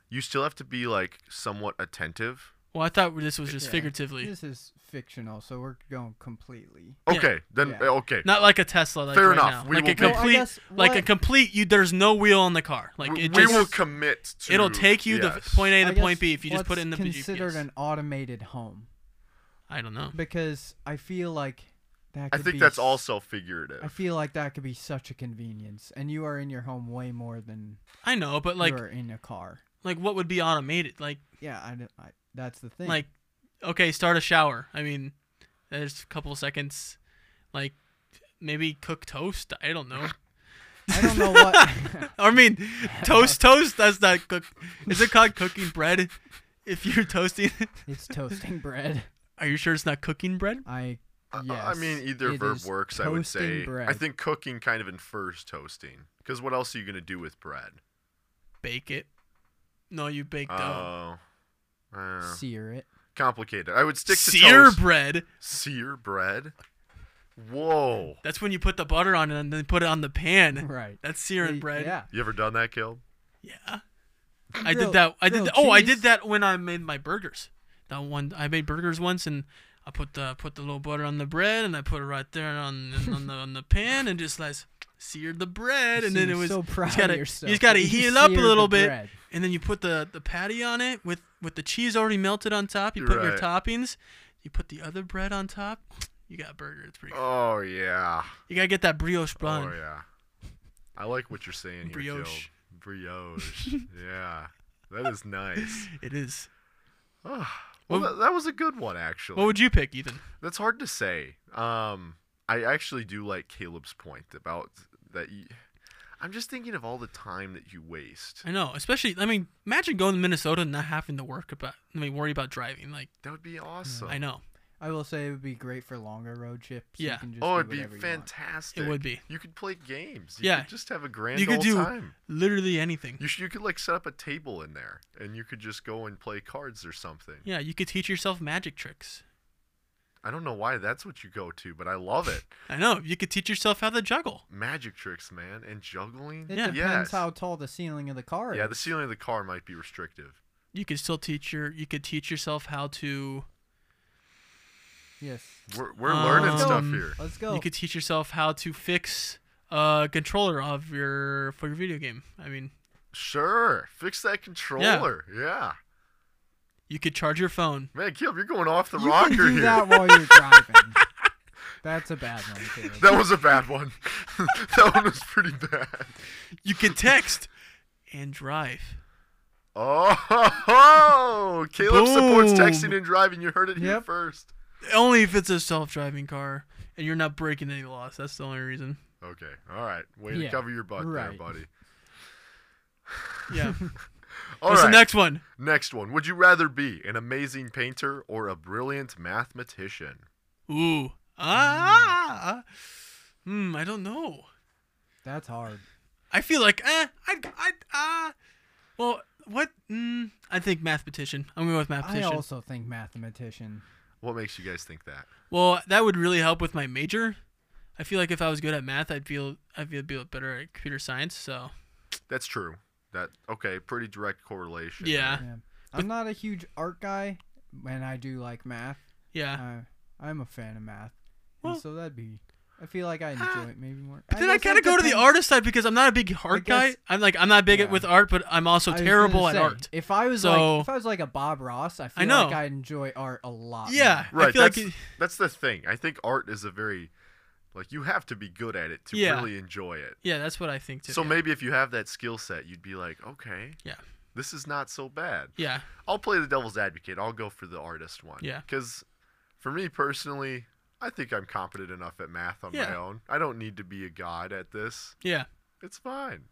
Speaker 1: you still have to be like somewhat attentive.
Speaker 2: Well, I thought this was just
Speaker 3: Yeah.
Speaker 2: figuratively,
Speaker 3: This is fictional, so we're going completely.
Speaker 2: Yeah.
Speaker 1: Okay, then uh,
Speaker 3: Yeah.
Speaker 1: okay.
Speaker 2: not like a Tesla. Like
Speaker 1: Fair
Speaker 2: right
Speaker 1: enough.
Speaker 2: now.
Speaker 1: We
Speaker 2: like
Speaker 1: will
Speaker 2: a
Speaker 1: be- Well, I
Speaker 2: complete,
Speaker 3: guess
Speaker 2: like a
Speaker 3: what-
Speaker 2: complete. You there's no wheel on the car. Like
Speaker 1: we,
Speaker 2: it
Speaker 1: we
Speaker 2: just
Speaker 1: will commit to
Speaker 2: it'll take you
Speaker 1: yes.
Speaker 2: to point A to
Speaker 3: I guess
Speaker 2: point B if you just put
Speaker 3: what's
Speaker 2: it in the
Speaker 3: considered
Speaker 2: GPS.
Speaker 3: an automated home
Speaker 2: I don't know.
Speaker 3: because I feel like that.
Speaker 1: I
Speaker 3: Could
Speaker 1: think
Speaker 3: be
Speaker 1: that's
Speaker 3: s-
Speaker 1: also
Speaker 3: I
Speaker 1: figurative.
Speaker 3: feel like that could be such a convenience, and you are in your home way more than
Speaker 2: I know, but like
Speaker 3: you are in a car.
Speaker 2: like what would be automated? Like
Speaker 3: Yeah, I, don't- I- that's the thing.
Speaker 2: like okay, start a shower. I mean, there's a couple seconds. Like maybe cook toast. I don't know.
Speaker 3: I don't know what.
Speaker 2: I mean, toast toast. That's not cook. Is it called cooking bread? If you're toasting,
Speaker 3: it's toasting bread.
Speaker 2: are you sure it's not cooking bread?
Speaker 3: I.
Speaker 1: I-
Speaker 3: Yes.
Speaker 1: I mean, either
Speaker 3: it
Speaker 1: verb
Speaker 3: is
Speaker 1: works. I would
Speaker 3: toasting
Speaker 1: say.
Speaker 3: Bread.
Speaker 1: I think cooking kind of infers toasting, because what else are you gonna do with bread?
Speaker 2: Bake it. No, you bake
Speaker 1: Oh,
Speaker 2: dough.
Speaker 1: Uh,
Speaker 3: sear it.
Speaker 1: complicated. I would stick to
Speaker 2: sear
Speaker 1: toast.
Speaker 2: bread.
Speaker 1: sear bread. Whoa.
Speaker 2: That's when you put the butter on it and then put it on the pan.
Speaker 3: Right.
Speaker 2: That's searing
Speaker 3: Y-
Speaker 2: bread.
Speaker 3: Yeah.
Speaker 1: You ever done that, Caleb?
Speaker 2: Yeah. I did
Speaker 3: Grilled-
Speaker 2: that. I did.
Speaker 3: grilled
Speaker 2: That, oh, I did
Speaker 3: cheese.
Speaker 2: that when I made my burgers. That one I made burgers once, and I put the put the little butter on the bread, and I put it right there on on the on the pan, and just like seared the bread,
Speaker 3: You
Speaker 2: and then
Speaker 3: seem
Speaker 2: it was
Speaker 3: so proud
Speaker 2: you just gotta
Speaker 3: of yourself.
Speaker 2: you just gotta
Speaker 3: You
Speaker 2: heat it up a
Speaker 3: seared
Speaker 2: little
Speaker 3: the
Speaker 2: bit,
Speaker 3: bread.
Speaker 2: and then you put the the patty on it with with the cheese already melted on top. You
Speaker 1: You're
Speaker 2: put your
Speaker 1: right.
Speaker 2: toppings, you put the other bread on top. You got burger. It's pretty. good.
Speaker 1: Oh yeah.
Speaker 2: You gotta get that brioche bun.
Speaker 1: Oh yeah. I like what you're saying here, Caleb.
Speaker 2: Brioche.
Speaker 1: Brioche. yeah. That is nice.
Speaker 2: It is.
Speaker 1: Ah, well,
Speaker 2: What-
Speaker 1: that, that was a good one actually.
Speaker 2: What would you pick, Ethan?
Speaker 1: That's hard to say. Um, I actually do like Caleb's point about that. You, I'm just thinking of all the time that you waste.
Speaker 2: I know, especially. I mean, imagine going to Minnesota and not having to work about. I mean, worry about driving. Like,
Speaker 1: That would be awesome.
Speaker 2: Mm, I know.
Speaker 3: I will say it would be great for longer road trips.
Speaker 2: Yeah.
Speaker 3: You can just
Speaker 1: Oh,
Speaker 3: do
Speaker 1: it'd be
Speaker 3: whatever you want.
Speaker 1: fantastic.
Speaker 2: It would be.
Speaker 1: You could play games. You
Speaker 2: Yeah.
Speaker 1: Could just have a grand
Speaker 2: you could
Speaker 1: old
Speaker 2: do
Speaker 1: time.
Speaker 2: literally anything.
Speaker 1: You, sh- you could like set up a table in there, and you could just go and play cards or something.
Speaker 2: yeah, you could teach yourself magic tricks.
Speaker 1: I don't know why that's what you go to, but I love it.
Speaker 2: I know. You could teach yourself how to juggle.
Speaker 1: Magic tricks, man, and juggling.
Speaker 3: It
Speaker 2: Yeah.
Speaker 3: depends
Speaker 1: Yes.
Speaker 3: how tall the ceiling of the car
Speaker 1: yeah,
Speaker 3: is.
Speaker 1: the ceiling of the car might be restrictive.
Speaker 2: You could still teach your. You could teach yourself how to.
Speaker 3: Yes.
Speaker 1: We're, we're learning
Speaker 2: Um,
Speaker 1: stuff here.
Speaker 3: Let's go.
Speaker 2: You could teach yourself how to fix a controller of your for your video game. I mean,
Speaker 1: Sure, fix that controller. yeah.
Speaker 2: you could charge your phone.
Speaker 1: Man, Caleb, you're going off the
Speaker 3: you
Speaker 1: rocker
Speaker 3: can do
Speaker 1: here.
Speaker 3: that
Speaker 1: That,
Speaker 3: while you're driving. That's a bad one, Caleb.
Speaker 1: was a bad one. that one was pretty bad.
Speaker 2: You could text and drive.
Speaker 1: Oh, ho, ho. Oh, Caleb supports
Speaker 2: Boom.
Speaker 1: texting and driving. You heard it here
Speaker 3: Yep.
Speaker 1: first.
Speaker 2: Only if it's a self-driving car and you're not breaking any laws. That's the only reason.
Speaker 1: Okay, all right. Way to
Speaker 3: Yeah,
Speaker 1: cover your butt there,
Speaker 3: right.
Speaker 1: buddy. All
Speaker 2: Yeah.
Speaker 1: right.
Speaker 2: What's the next one?
Speaker 1: next one. Would you rather be an amazing painter or a brilliant mathematician?
Speaker 2: Ooh. Ah. Hmm. I don't know.
Speaker 3: That's hard.
Speaker 2: I feel like eh. I. I. Ah. well, what? Mm, I think mathematician. I'm going with
Speaker 3: I
Speaker 2: mathematician.
Speaker 3: also think mathematician.
Speaker 1: What makes you guys think that?
Speaker 2: Well, that would really help with my major. I feel like if I was good at math, I'd feel I'd feel be better at computer science. So
Speaker 1: That's true. That okay, pretty direct correlation.
Speaker 2: yeah,
Speaker 3: Yeah. I'm not a huge art guy, and I do like math.
Speaker 2: yeah.
Speaker 3: I, I'm a fan of math,
Speaker 2: Well-
Speaker 3: and so that'd be. I feel like I
Speaker 2: Ah.
Speaker 3: enjoy it maybe more.
Speaker 2: But then I
Speaker 3: guess that
Speaker 2: kind of go to the
Speaker 3: depends-
Speaker 2: artist side because I'm not a big art guy.
Speaker 3: guess-
Speaker 2: I'm like I'm not big
Speaker 3: Yeah.
Speaker 2: with art, but I'm also
Speaker 3: I was gonna
Speaker 2: terrible at
Speaker 3: say,
Speaker 2: art.
Speaker 3: If I was
Speaker 2: So-
Speaker 3: like, if I was like a Bob Ross, I feel
Speaker 2: know.
Speaker 3: like I enjoy art a lot.
Speaker 2: Yeah,
Speaker 1: Right.
Speaker 2: I feel like
Speaker 1: that's,
Speaker 2: it-
Speaker 1: that's the thing. I think art is a very like you have to be good at it to
Speaker 2: Yeah.
Speaker 1: really enjoy it.
Speaker 2: yeah, that's what I think too.
Speaker 1: So maybe if you have that skill set, you'd be like, okay,
Speaker 2: Yeah.
Speaker 1: this is not so bad.
Speaker 2: yeah,
Speaker 1: I'll play the devil's advocate. I'll go for the artist one.
Speaker 2: Yeah.
Speaker 1: Because for me personally, I think I'm competent enough at math on my
Speaker 2: Yeah.
Speaker 1: own. I don't need to be a god at this.
Speaker 2: yeah.
Speaker 1: It's fine.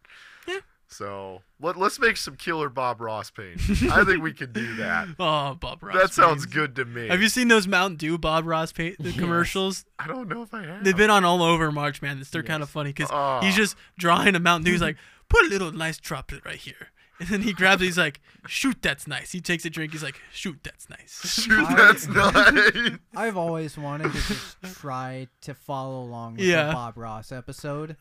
Speaker 2: Yeah.
Speaker 1: So let, let's make some killer Bob Ross paint. I think we can do that.
Speaker 2: Oh, Bob Ross.
Speaker 1: that sounds
Speaker 2: paints.
Speaker 1: good to me.
Speaker 2: Have you seen those Mountain Dew Bob Ross paint the
Speaker 3: Yes.
Speaker 2: commercials?
Speaker 1: I don't know if I have.
Speaker 2: They've been on all over March Madness. They're kind of
Speaker 3: Yes.
Speaker 2: funny because
Speaker 1: Ah.
Speaker 2: he's just drawing a Mountain Dew. He's like, put a little nice droplet right here. And then he grabs it. He's like, shoot, that's nice. He takes a drink. He's like, shoot, that's nice.
Speaker 1: Shoot,
Speaker 3: I-
Speaker 1: that's nice.
Speaker 3: I've always wanted to just try to follow along with
Speaker 2: Yeah.
Speaker 3: the Bob Ross episode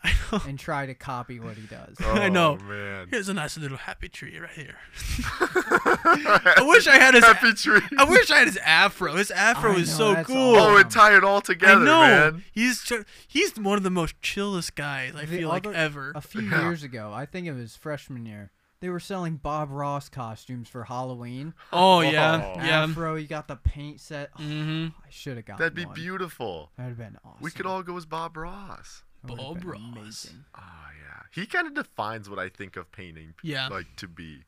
Speaker 3: and try to copy what he does.
Speaker 2: I know.
Speaker 1: Oh, man.
Speaker 2: Here's a nice little happy tree right here. I wish I had his.
Speaker 1: Happy tree.
Speaker 2: I wish I had his afro. His afro
Speaker 3: I
Speaker 2: is
Speaker 3: know,
Speaker 2: so
Speaker 3: that's
Speaker 2: cool.
Speaker 1: Oh, and tie it all
Speaker 2: I
Speaker 1: together,
Speaker 2: know.
Speaker 1: man.
Speaker 2: He's ch- he's one of the most chillest guys I
Speaker 3: The
Speaker 2: feel like
Speaker 3: other-
Speaker 2: ever.
Speaker 3: A few
Speaker 1: Yeah.
Speaker 3: years ago, I think it was freshman year, they were selling Bob Ross costumes for Halloween.
Speaker 2: Oh yeah,
Speaker 1: Oh.
Speaker 2: yeah.
Speaker 3: Afro, you got the paint set. Oh,
Speaker 2: Mm-hmm.
Speaker 3: I should have gotten
Speaker 1: That'd be
Speaker 3: one.
Speaker 1: beautiful.
Speaker 3: That'd have been awesome.
Speaker 1: We could all go as Bob Ross.
Speaker 3: That would've
Speaker 2: Bob
Speaker 3: been
Speaker 2: Ross.
Speaker 3: amazing.
Speaker 1: Oh yeah, he kind of defines what I think of painting. p-
Speaker 2: Yeah.
Speaker 1: like to be.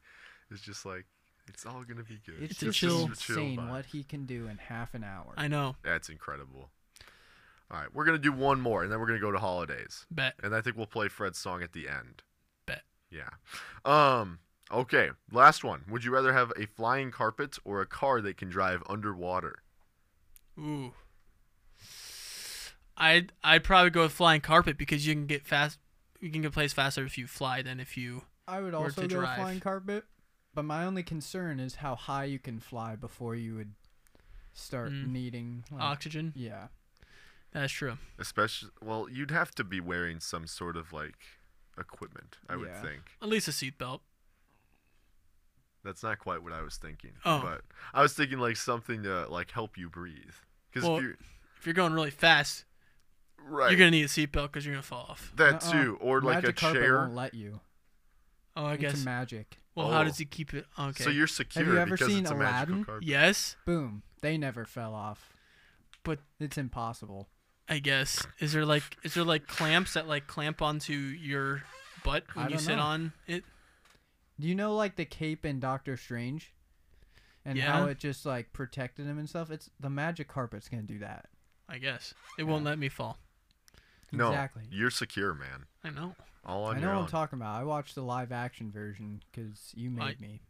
Speaker 1: It's just like it's all gonna be good.
Speaker 3: It's,
Speaker 2: a
Speaker 3: just
Speaker 2: chill-
Speaker 3: insane
Speaker 1: vibe.
Speaker 3: what he can do in half an hour.
Speaker 2: I know.
Speaker 1: That's incredible. All right, we're gonna do one more, and then we're gonna go to holidays,
Speaker 2: Bet.
Speaker 1: and I think we'll play Fred's song at the end.
Speaker 2: Bet.
Speaker 1: Yeah. Um. Okay. Last one. Would you rather have a flying carpet or a car that can drive underwater?
Speaker 2: Ooh. I'd I'd probably go with flying carpet because you can get fast. You can get placed faster if you fly than if you.
Speaker 3: I would
Speaker 2: Or
Speaker 3: also
Speaker 2: to
Speaker 3: go
Speaker 2: drive.
Speaker 3: flying carpet, but my only concern is how high you can fly before you would start
Speaker 2: Mm.
Speaker 3: needing. Like,
Speaker 2: Oxygen.
Speaker 3: yeah,
Speaker 2: That's true.
Speaker 1: Especially, well, you'd have to be wearing some sort of like equipment. I would
Speaker 3: Yeah.
Speaker 1: think.
Speaker 2: At least a seatbelt.
Speaker 1: That's not quite what I was thinking.
Speaker 2: Oh.
Speaker 1: But I was thinking like something to like help you breathe. Because
Speaker 2: Well,
Speaker 1: if you
Speaker 2: If you're going really fast,
Speaker 1: right
Speaker 2: you're gonna Uh-uh. need a seatbelt because you're gonna fall off.
Speaker 1: that
Speaker 3: Nuh-uh.
Speaker 1: too, or like a
Speaker 3: magic carpet
Speaker 1: chair.
Speaker 3: Won't let you.
Speaker 2: Oh, I
Speaker 3: it's
Speaker 2: guess.
Speaker 3: magic.
Speaker 2: Well, how
Speaker 1: Oh.
Speaker 2: does he keep it? Okay.
Speaker 1: So you're secure
Speaker 3: ever
Speaker 1: because
Speaker 3: seen
Speaker 1: it's a
Speaker 3: Aladdin?
Speaker 1: magical carpet.
Speaker 2: yes,
Speaker 3: Boom. They never fell off.
Speaker 2: But-
Speaker 3: it's impossible.
Speaker 2: I guess. Is there like is there like clamps that like clamp onto your butt
Speaker 3: I
Speaker 2: when you
Speaker 3: don't
Speaker 2: sit
Speaker 3: know.
Speaker 2: on it?
Speaker 3: Do you know like the cape in Doctor Strange, and
Speaker 2: Yeah.
Speaker 3: how it just like protected him and stuff? It's the magic carpet's gonna do that.
Speaker 2: I guess it won't let me fall.
Speaker 1: No,
Speaker 3: Exactly.
Speaker 1: you're secure, man.
Speaker 2: I know.
Speaker 1: All on
Speaker 3: I know
Speaker 1: your
Speaker 3: what
Speaker 1: own.
Speaker 3: I'm talking about. I watched the live action version because you made
Speaker 2: I-
Speaker 3: me.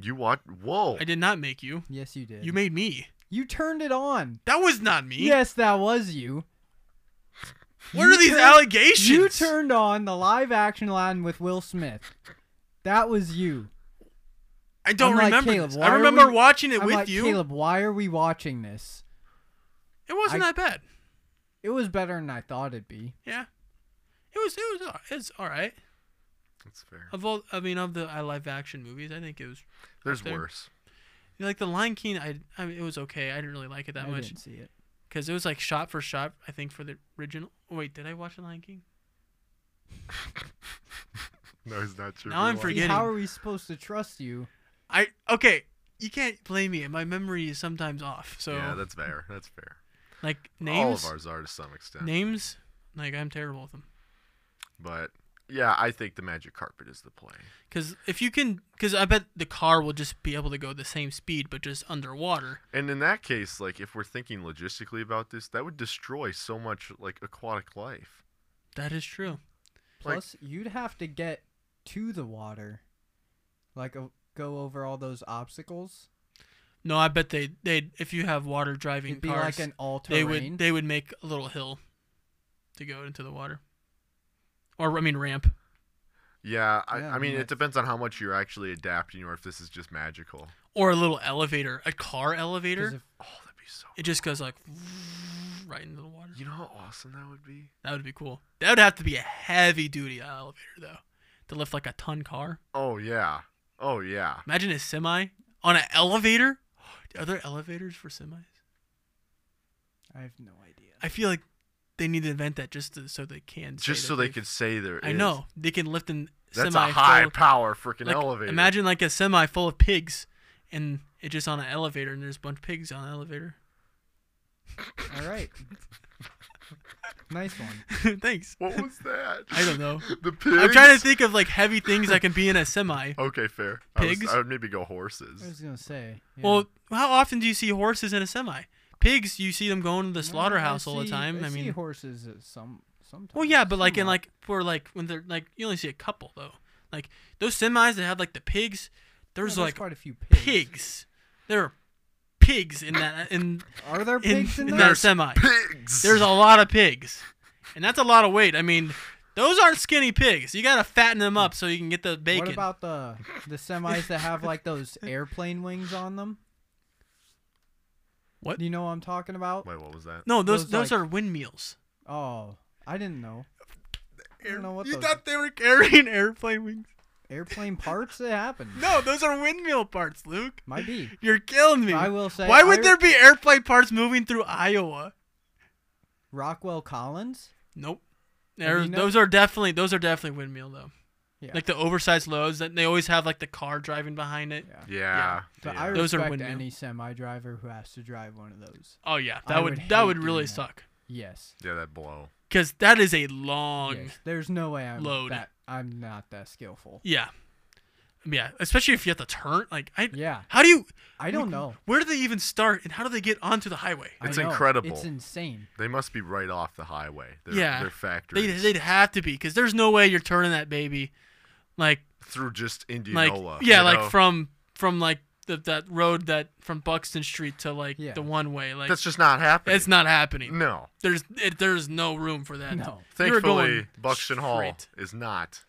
Speaker 1: you want? Whoa!
Speaker 2: I did not make you.
Speaker 3: Yes, you did.
Speaker 2: You made me.
Speaker 3: You turned it on.
Speaker 2: That was not me.
Speaker 3: Yes, that was you.
Speaker 2: What
Speaker 3: You
Speaker 2: are these
Speaker 3: turn-
Speaker 2: allegations?
Speaker 3: You turned on the live action line with Will Smith. That was you.
Speaker 2: I don't
Speaker 3: I'm like,
Speaker 2: remember.
Speaker 3: "Caleb,
Speaker 2: this.
Speaker 3: why
Speaker 2: I
Speaker 3: are
Speaker 2: remember
Speaker 3: we-
Speaker 2: watching it
Speaker 3: I'm
Speaker 2: with
Speaker 3: like,
Speaker 2: you.
Speaker 3: Caleb, why are we watching this?
Speaker 2: it wasn't
Speaker 3: I-
Speaker 2: that bad.
Speaker 3: It was better than I thought it'd be.
Speaker 2: Yeah, it was. It was. It's all right.
Speaker 1: That's fair.
Speaker 2: Of all, I mean, of the uh, live action movies, I think it was
Speaker 1: There's
Speaker 2: there.
Speaker 1: worse.
Speaker 2: like the Lion King. I, I mean, it was okay. I didn't really like it that
Speaker 3: I
Speaker 2: much
Speaker 3: didn't see it.
Speaker 2: because it was like shot for shot. I think for the original. oh, Wait, did I watch the Lion King?
Speaker 1: No, he's not sure.
Speaker 2: Now I'm
Speaker 3: See,
Speaker 2: forgetting.
Speaker 3: how are we supposed to trust you?
Speaker 2: I okay. You can't blame me. My memory is sometimes off. So
Speaker 1: Yeah, that's fair. That's fair.
Speaker 2: like
Speaker 1: All of
Speaker 2: names,
Speaker 1: ours are to some extent.
Speaker 2: names. Like I'm terrible with them.
Speaker 1: But yeah, I think the magic carpet is the play.
Speaker 2: Because if you can, because I bet the car will just be able to go the same speed, but just underwater.
Speaker 1: And in that case, like if we're thinking logistically about this, that would destroy so much like aquatic life.
Speaker 2: That is true.
Speaker 1: Like-
Speaker 3: Plus, you'd have to get to the water, like o go over all those obstacles.
Speaker 2: No, I bet they they if you have water driving
Speaker 3: It'd be
Speaker 2: cars,
Speaker 3: like an all
Speaker 2: they
Speaker 3: terrain.
Speaker 2: would they would make a little hill to go into the water, or I mean ramp.
Speaker 1: Yeah, I,
Speaker 3: Yeah, I
Speaker 1: I mean,
Speaker 3: mean,
Speaker 1: it depends on how much you're actually adapting or if this is just magical.
Speaker 2: Or a little elevator, a car
Speaker 3: 'Cause
Speaker 2: elevator.
Speaker 3: if-
Speaker 1: Oh, that'd be so.
Speaker 2: It just goes like right into the water.
Speaker 1: You know how awesome that would be?
Speaker 2: That would be cool. That would have to be a heavy duty elevator though, to lift like a ton car.
Speaker 1: Oh yeah. Oh yeah.
Speaker 2: Imagine a semi on an elevator. Are there elevators for semis?
Speaker 3: I have no idea.
Speaker 2: I feel like they need to invent that just to, so they can. say
Speaker 1: Just
Speaker 2: that
Speaker 1: so they
Speaker 2: they've-
Speaker 1: could say there.
Speaker 2: I
Speaker 1: is.
Speaker 2: know they can lift an
Speaker 1: That's
Speaker 2: semi
Speaker 1: a high
Speaker 2: full-
Speaker 1: power freaking
Speaker 2: like,
Speaker 1: elevator.
Speaker 2: Imagine like a semi full of pigs, and it just on an elevator, and there's a bunch of pigs on an elevator.
Speaker 3: All right. nice one.
Speaker 2: Thanks.
Speaker 1: What was that?
Speaker 2: I don't know.
Speaker 1: The pigs.
Speaker 2: I'm trying to think of like heavy things that can be in a semi.
Speaker 1: Okay, fair. I was-
Speaker 2: Pigs?
Speaker 1: I would maybe go
Speaker 3: I was
Speaker 1: horses.
Speaker 3: gonna say. yeah.
Speaker 2: Well, how often do you see horses in a semi? Pigs, you see them going to the
Speaker 3: No,
Speaker 2: slaughterhouse
Speaker 3: I
Speaker 2: all the
Speaker 3: see-
Speaker 2: time. I,
Speaker 3: see
Speaker 2: mean,
Speaker 3: horses at some sometimes.
Speaker 2: well, yeah, but like in
Speaker 3: somewhat.
Speaker 2: like for like when they're like you only see a couple though. Like those semis that have like the pigs,
Speaker 3: Yeah,
Speaker 2: there's
Speaker 3: there's
Speaker 2: like
Speaker 3: quite a few pigs.
Speaker 2: pigs. There are pigs in that in
Speaker 3: Are there
Speaker 2: in,
Speaker 3: pigs in,
Speaker 2: in
Speaker 3: there?
Speaker 2: that semi.
Speaker 1: Pigs.
Speaker 2: There's a lot of pigs, and that's a lot of weight. I mean, those aren't skinny pigs. You gotta fatten them up so you can get the bacon.
Speaker 3: What about the the semis that have like those airplane wings on them?
Speaker 2: What?
Speaker 3: Do you know what I'm talking about?
Speaker 1: Wait, what was that?
Speaker 2: no, those
Speaker 3: those,
Speaker 2: those
Speaker 3: like-
Speaker 2: are windmills.
Speaker 3: Oh, I didn't know. I don't know what
Speaker 2: you
Speaker 3: those-
Speaker 2: thought they were carrying airplane wings?
Speaker 3: Airplane parts? It happened.
Speaker 2: No, those are windmill parts, Luke.
Speaker 3: Might be.
Speaker 2: You're killing me.
Speaker 3: I will say.
Speaker 2: Why would
Speaker 3: I-
Speaker 2: there be airplane parts moving through Iowa?
Speaker 3: Rockwell Collins?
Speaker 2: Nope.
Speaker 3: Have
Speaker 2: There-
Speaker 3: you
Speaker 2: those are definitely those are definitely windmill though.
Speaker 3: Yeah.
Speaker 2: Like the oversized loads that they always have like the car driving behind it.
Speaker 3: Yeah.
Speaker 1: Yeah.
Speaker 3: But
Speaker 1: yeah.
Speaker 3: I
Speaker 2: Those are
Speaker 3: respect
Speaker 2: windmill.
Speaker 3: any semi driver who has to drive one of those.
Speaker 2: Oh yeah,
Speaker 3: I
Speaker 2: that
Speaker 3: would
Speaker 2: would, that
Speaker 3: hate
Speaker 2: would really
Speaker 3: doing that.
Speaker 2: suck
Speaker 3: Yes.
Speaker 1: yeah, that blow.
Speaker 2: because that is a long.
Speaker 3: yes. There's no way I'm
Speaker 2: Load.
Speaker 3: that. I'm not that skillful.
Speaker 2: Yeah. Um, Yeah, especially if you have to turn. Like I.
Speaker 3: Yeah.
Speaker 2: How do you?
Speaker 3: I don't know.
Speaker 2: Where do they even start, and how do they get onto the highway?
Speaker 3: I
Speaker 1: It's
Speaker 3: know.
Speaker 1: incredible.
Speaker 3: It's insane.
Speaker 1: They must be right off the highway. They're,
Speaker 2: Yeah.
Speaker 1: They're
Speaker 2: They,
Speaker 1: factories.
Speaker 2: they'd have to be because there's no way you're turning that baby, like
Speaker 1: through just
Speaker 2: like
Speaker 1: Indianola.
Speaker 2: yeah,
Speaker 1: you
Speaker 2: like
Speaker 1: know?
Speaker 2: from from like the, that road that from Buxton Street to like
Speaker 3: Yeah.
Speaker 2: the one way. Like
Speaker 1: That's just not happening.
Speaker 2: it's not happening.
Speaker 1: no.
Speaker 2: There's it, there's no room for that.
Speaker 3: No.
Speaker 2: You're
Speaker 1: Thankfully,
Speaker 2: going
Speaker 1: Buxton Hall
Speaker 2: straight.
Speaker 1: is not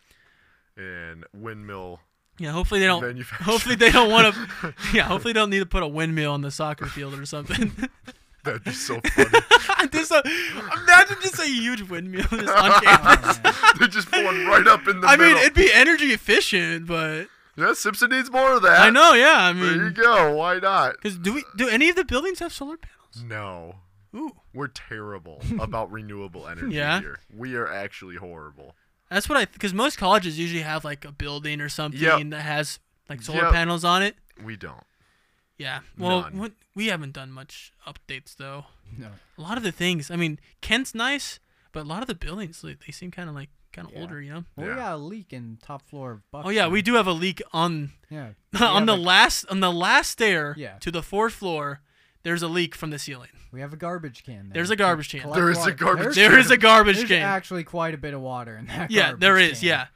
Speaker 1: in windmill
Speaker 2: Yeah, hopefully they don't.
Speaker 1: manufacturing.
Speaker 2: Hopefully they don't want to. yeah, hopefully they don't need to put a windmill on the soccer field or something.
Speaker 1: That'd be so funny.
Speaker 2: just a, imagine just a huge windmill just on campus.
Speaker 3: Oh, man.
Speaker 1: They're just pulling right up in the
Speaker 2: I mean,
Speaker 1: middle.
Speaker 2: it'd be energy efficient, but
Speaker 1: yeah, Simpson needs more of that.
Speaker 2: I know, Mm. yeah. I
Speaker 1: There you
Speaker 2: mean,
Speaker 1: go. Why not?
Speaker 2: because do we do any of the buildings have solar panels?
Speaker 1: No.
Speaker 2: Ooh,
Speaker 1: We're terrible about renewable energy
Speaker 2: Yeah.
Speaker 1: here. We are actually horrible.
Speaker 2: that's what I because most colleges usually have like a building or something
Speaker 1: Yep.
Speaker 2: that has like solar
Speaker 1: Yep.
Speaker 2: panels on it.
Speaker 1: We don't.
Speaker 2: Yeah. Well,
Speaker 1: None.
Speaker 2: what, we haven't done much updates though.
Speaker 3: No.
Speaker 2: A lot of the things, I mean, Kent's nice, but a lot of the buildings like, they seem kind of like kind of
Speaker 3: Yeah.
Speaker 2: older, you know.
Speaker 3: Well,
Speaker 1: Yeah.
Speaker 3: we got a leak in top floor of Bucks.
Speaker 2: Oh yeah, we do have a leak on
Speaker 3: Yeah.
Speaker 2: on
Speaker 3: have
Speaker 2: the
Speaker 3: a-
Speaker 2: last on the last stair
Speaker 3: Yeah.
Speaker 2: to the fourth floor. There's a leak from the ceiling.
Speaker 3: We have a garbage can. There.
Speaker 2: There's a garbage can.
Speaker 3: Collect
Speaker 1: There is a
Speaker 3: water.
Speaker 1: garbage
Speaker 3: There's-
Speaker 2: There is a garbage
Speaker 3: There's
Speaker 2: can.
Speaker 3: actually quite a bit of water in that.
Speaker 2: yeah,
Speaker 3: garbage
Speaker 2: there is.
Speaker 3: can.
Speaker 2: Yeah.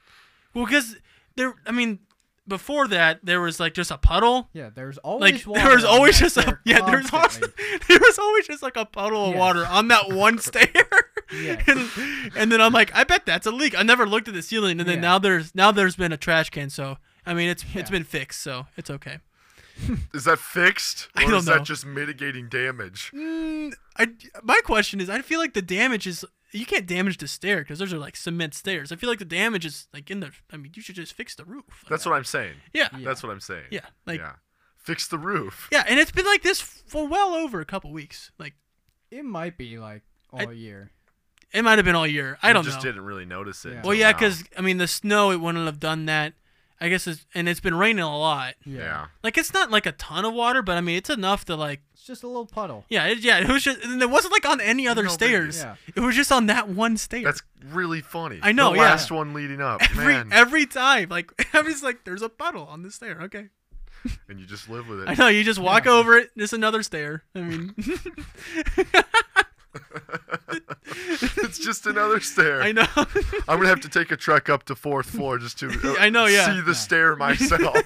Speaker 2: Well, because there, I mean, before that there was like just a puddle.
Speaker 3: Yeah, there's
Speaker 2: Like
Speaker 3: always water.
Speaker 2: there was
Speaker 3: on
Speaker 2: always
Speaker 3: that
Speaker 2: just a
Speaker 3: stair
Speaker 2: yeah. There's always,
Speaker 3: constantly.
Speaker 2: there was always just like a puddle of
Speaker 3: Yes.
Speaker 2: water on that one stair.
Speaker 3: Yes.
Speaker 2: and, and then I'm like, I bet that's a leak. I never looked at the ceiling, and then
Speaker 3: Yeah.
Speaker 2: now there's now there's been a trash can. So I mean, it's it's
Speaker 3: Yeah.
Speaker 2: been fixed, so it's okay.
Speaker 1: Is that fixed? Or
Speaker 2: I don't
Speaker 1: is
Speaker 2: know.
Speaker 1: that just mitigating damage?
Speaker 2: Mm, I my question is, I feel like the damage is you can't damage the stair because those are like cement stairs. I feel like the damage is like in the. I mean, you should just fix the roof. Like,
Speaker 1: That's what I'm saying.
Speaker 2: yeah, yeah,
Speaker 3: Yeah.
Speaker 1: That's what I'm saying.
Speaker 2: like yeah.
Speaker 1: yeah. Fix the roof.
Speaker 2: and it's been like this for well over a couple weeks. Like
Speaker 3: It might be like
Speaker 2: I-
Speaker 3: all year.
Speaker 2: it might have been all year. I
Speaker 1: You
Speaker 2: don't
Speaker 1: just
Speaker 2: know.
Speaker 1: didn't really notice it.
Speaker 3: Yeah.
Speaker 1: until
Speaker 2: Well, yeah,
Speaker 1: now.
Speaker 2: because I mean the snow it wouldn't have done that. I guess it's and it's been raining a lot.
Speaker 3: Yeah.
Speaker 1: yeah.
Speaker 2: Like it's not like a ton of water, but I mean it's enough to like
Speaker 3: It's just a little puddle.
Speaker 2: yeah it, yeah it was just and it wasn't like on any other
Speaker 1: No biggie.
Speaker 2: stairs.
Speaker 3: Yeah.
Speaker 2: It was just on that one stair.
Speaker 1: That's really funny.
Speaker 2: I know,
Speaker 1: The
Speaker 2: yeah.
Speaker 1: last one leading up,
Speaker 2: every
Speaker 1: man,
Speaker 2: every time. Like I was like, there's a puddle on this stair. Okay,
Speaker 1: and you just live with
Speaker 2: I
Speaker 1: it.
Speaker 2: know you just walk
Speaker 3: Yeah.
Speaker 2: over it. There's another stair. I mean,
Speaker 1: it's just another stair.
Speaker 2: I know.
Speaker 1: I'm gonna have to take a trek up to fourth floor just to uh,
Speaker 2: I know, yeah.
Speaker 1: see the stair myself.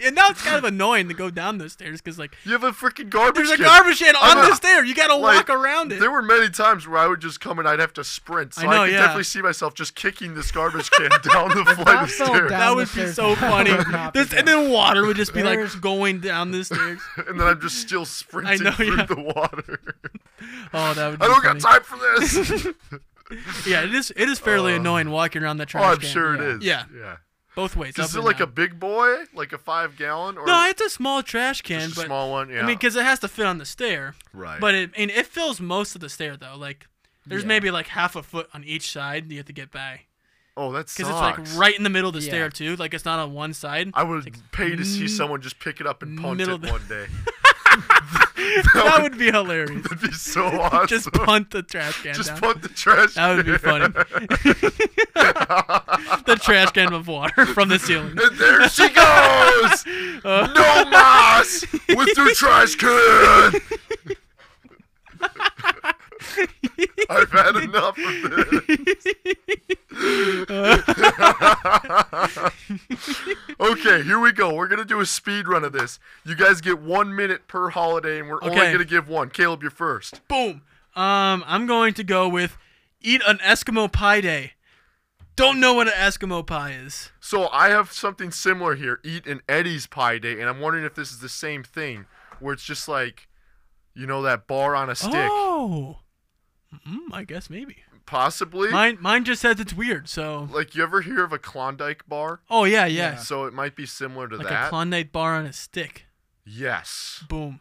Speaker 2: and now it's kind of annoying to go down those stairs because like
Speaker 1: You have a freaking garbage.
Speaker 2: there's a
Speaker 1: can.
Speaker 2: garbage can
Speaker 1: I'm
Speaker 2: on
Speaker 1: a-
Speaker 2: the stair. You gotta
Speaker 1: like,
Speaker 2: walk around it.
Speaker 1: There were many times where I would just come and I'd have to sprint. So I,
Speaker 2: I know,
Speaker 1: could
Speaker 2: yeah.
Speaker 1: definitely see myself just kicking this garbage can down the flight
Speaker 3: That
Speaker 1: of
Speaker 3: fell
Speaker 1: stairs.
Speaker 3: down
Speaker 2: that
Speaker 3: the
Speaker 2: would be
Speaker 3: stairs.
Speaker 2: so funny.
Speaker 3: That would not be
Speaker 2: There's, and
Speaker 3: good.
Speaker 2: then water would just be
Speaker 3: There's-
Speaker 2: like going down the stairs.
Speaker 1: And then I'm just still sprinting
Speaker 2: know,
Speaker 1: through
Speaker 2: yeah.
Speaker 1: the water.
Speaker 2: Oh, that would. Be
Speaker 1: I don't
Speaker 2: funny.
Speaker 1: got time for this.
Speaker 2: Yeah, it is. It is fairly annoying walking around the
Speaker 1: oh,
Speaker 2: trash
Speaker 1: I'm
Speaker 2: can.
Speaker 1: sure
Speaker 3: yeah.
Speaker 1: it is.
Speaker 2: Yeah.
Speaker 1: Yeah.
Speaker 2: Both ways.
Speaker 1: Is
Speaker 2: up
Speaker 1: it
Speaker 2: and
Speaker 1: like a
Speaker 2: down.
Speaker 1: big boy, like a five gallon, or
Speaker 2: No, it's a small trash can,
Speaker 1: just a
Speaker 2: but
Speaker 1: small one? Yeah.
Speaker 2: I mean, because it has to fit on the stair.
Speaker 1: right.
Speaker 2: But it and it fills most of the stair though. Like there's
Speaker 3: Yeah.
Speaker 2: maybe like half a foot on each side you have to get by
Speaker 1: oh, that
Speaker 2: because
Speaker 1: sucks.
Speaker 2: it's like right in the middle of the
Speaker 3: Yeah.
Speaker 2: stair too. Like it's not on one side.
Speaker 1: I would pay to see
Speaker 2: m-
Speaker 1: someone just pick it up and punt
Speaker 2: middle
Speaker 1: it
Speaker 2: of the-
Speaker 1: one day.
Speaker 2: that would be hilarious.
Speaker 1: That'd be so awesome.
Speaker 2: Just punt the trash can
Speaker 1: Just
Speaker 2: down.
Speaker 1: punt the trash.
Speaker 2: that would be
Speaker 1: can.
Speaker 2: funny. the trash can of water from the ceiling.
Speaker 1: And there she goes!
Speaker 2: Uh,
Speaker 1: no mas with your trash can. I've had enough of this. okay, here we go. We're gonna do a speed run of this. You guys get one minute per holiday, and we're only
Speaker 2: Okay.
Speaker 1: gonna give one. Caleb, you're first.
Speaker 2: boom. Um, I'm going to go with eat an Eskimo pie day. Don't know what an Eskimo pie is.
Speaker 1: So I have something similar here. Eat an Eddie's Pie Day, and I'm wondering if this is the same thing, where it's just like, you know, that bar on a stick,
Speaker 2: Oh, mm, I guess maybe.
Speaker 1: possibly.
Speaker 2: Mine, mine just says it's weird. So,
Speaker 1: Like you ever hear of a Klondike bar?
Speaker 2: oh yeah, yeah.
Speaker 3: Yeah.
Speaker 1: So it might be similar to
Speaker 2: Like
Speaker 1: that.
Speaker 2: a Klondike bar on a stick.
Speaker 1: yes.
Speaker 2: Boom.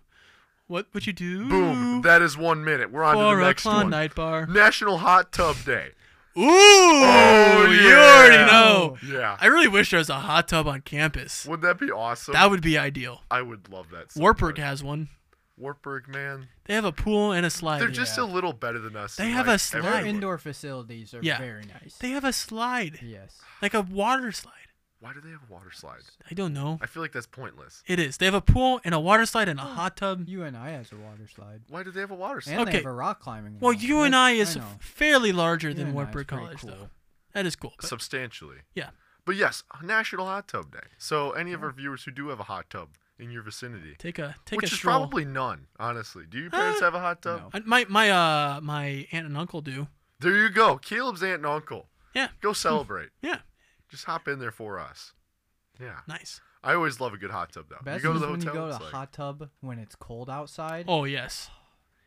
Speaker 2: What would you do?
Speaker 1: Boom. That is one minute. We're on
Speaker 2: for
Speaker 1: to the
Speaker 2: a
Speaker 1: next one.
Speaker 2: Klondike bar.
Speaker 1: National Hot Tub Day.
Speaker 2: Ooh,
Speaker 1: yeah.
Speaker 2: you already know.
Speaker 1: Yeah.
Speaker 2: I really wish there was a hot tub on campus.
Speaker 1: Would that be awesome?
Speaker 2: That would be ideal.
Speaker 1: I would love that. So
Speaker 2: Wartburg
Speaker 1: much.
Speaker 2: has one.
Speaker 1: Wartburg, man.
Speaker 2: They have a pool and a slide.
Speaker 1: They're just
Speaker 3: Yeah.
Speaker 1: a little better than us.
Speaker 2: They
Speaker 1: in,
Speaker 2: have
Speaker 1: like,
Speaker 2: a slide.
Speaker 3: Their
Speaker 1: every-
Speaker 3: indoor facilities are
Speaker 2: Yeah.
Speaker 3: very nice.
Speaker 2: They have a slide,
Speaker 3: yes.
Speaker 2: like a water slide.
Speaker 1: Why do they have a water slide?
Speaker 2: I don't know.
Speaker 1: I feel like that's pointless.
Speaker 2: It is. They have a pool and a water slide
Speaker 1: Oh,
Speaker 2: and a hot tub.
Speaker 3: You and I has a water slide.
Speaker 1: Why do they have a water slide?
Speaker 3: And they
Speaker 2: Okay.
Speaker 3: have a rock climbing.
Speaker 2: Well,
Speaker 3: wall.
Speaker 2: you and I
Speaker 3: That's-
Speaker 2: is
Speaker 3: know.
Speaker 2: fairly larger
Speaker 3: You
Speaker 2: than
Speaker 3: and I
Speaker 2: Wartburg
Speaker 3: is pretty
Speaker 2: College,
Speaker 3: cool.
Speaker 2: though. That is cool. but-
Speaker 1: Substantially.
Speaker 2: yeah.
Speaker 1: But yes, National Hot Tub Day. So any of our viewers who do have a hot tub in your vicinity,
Speaker 2: Take a take
Speaker 1: which
Speaker 2: a
Speaker 1: is
Speaker 2: stroll.
Speaker 1: probably none, honestly. Do your parents
Speaker 2: Huh?
Speaker 1: have a hot tub?
Speaker 3: No.
Speaker 2: I- my my uh my aunt and uncle do.
Speaker 1: There you go. Caleb's aunt and uncle.
Speaker 2: Yeah.
Speaker 1: Go celebrate.
Speaker 2: Yeah.
Speaker 1: Just hop in there for us. Yeah.
Speaker 2: Nice.
Speaker 1: I always love a good hot tub though.
Speaker 3: Best
Speaker 1: you go to
Speaker 3: is
Speaker 1: the
Speaker 3: when
Speaker 1: hotel
Speaker 3: you go to
Speaker 1: it's
Speaker 3: the
Speaker 1: like-
Speaker 3: hot tub when it's cold outside.
Speaker 2: Oh yes.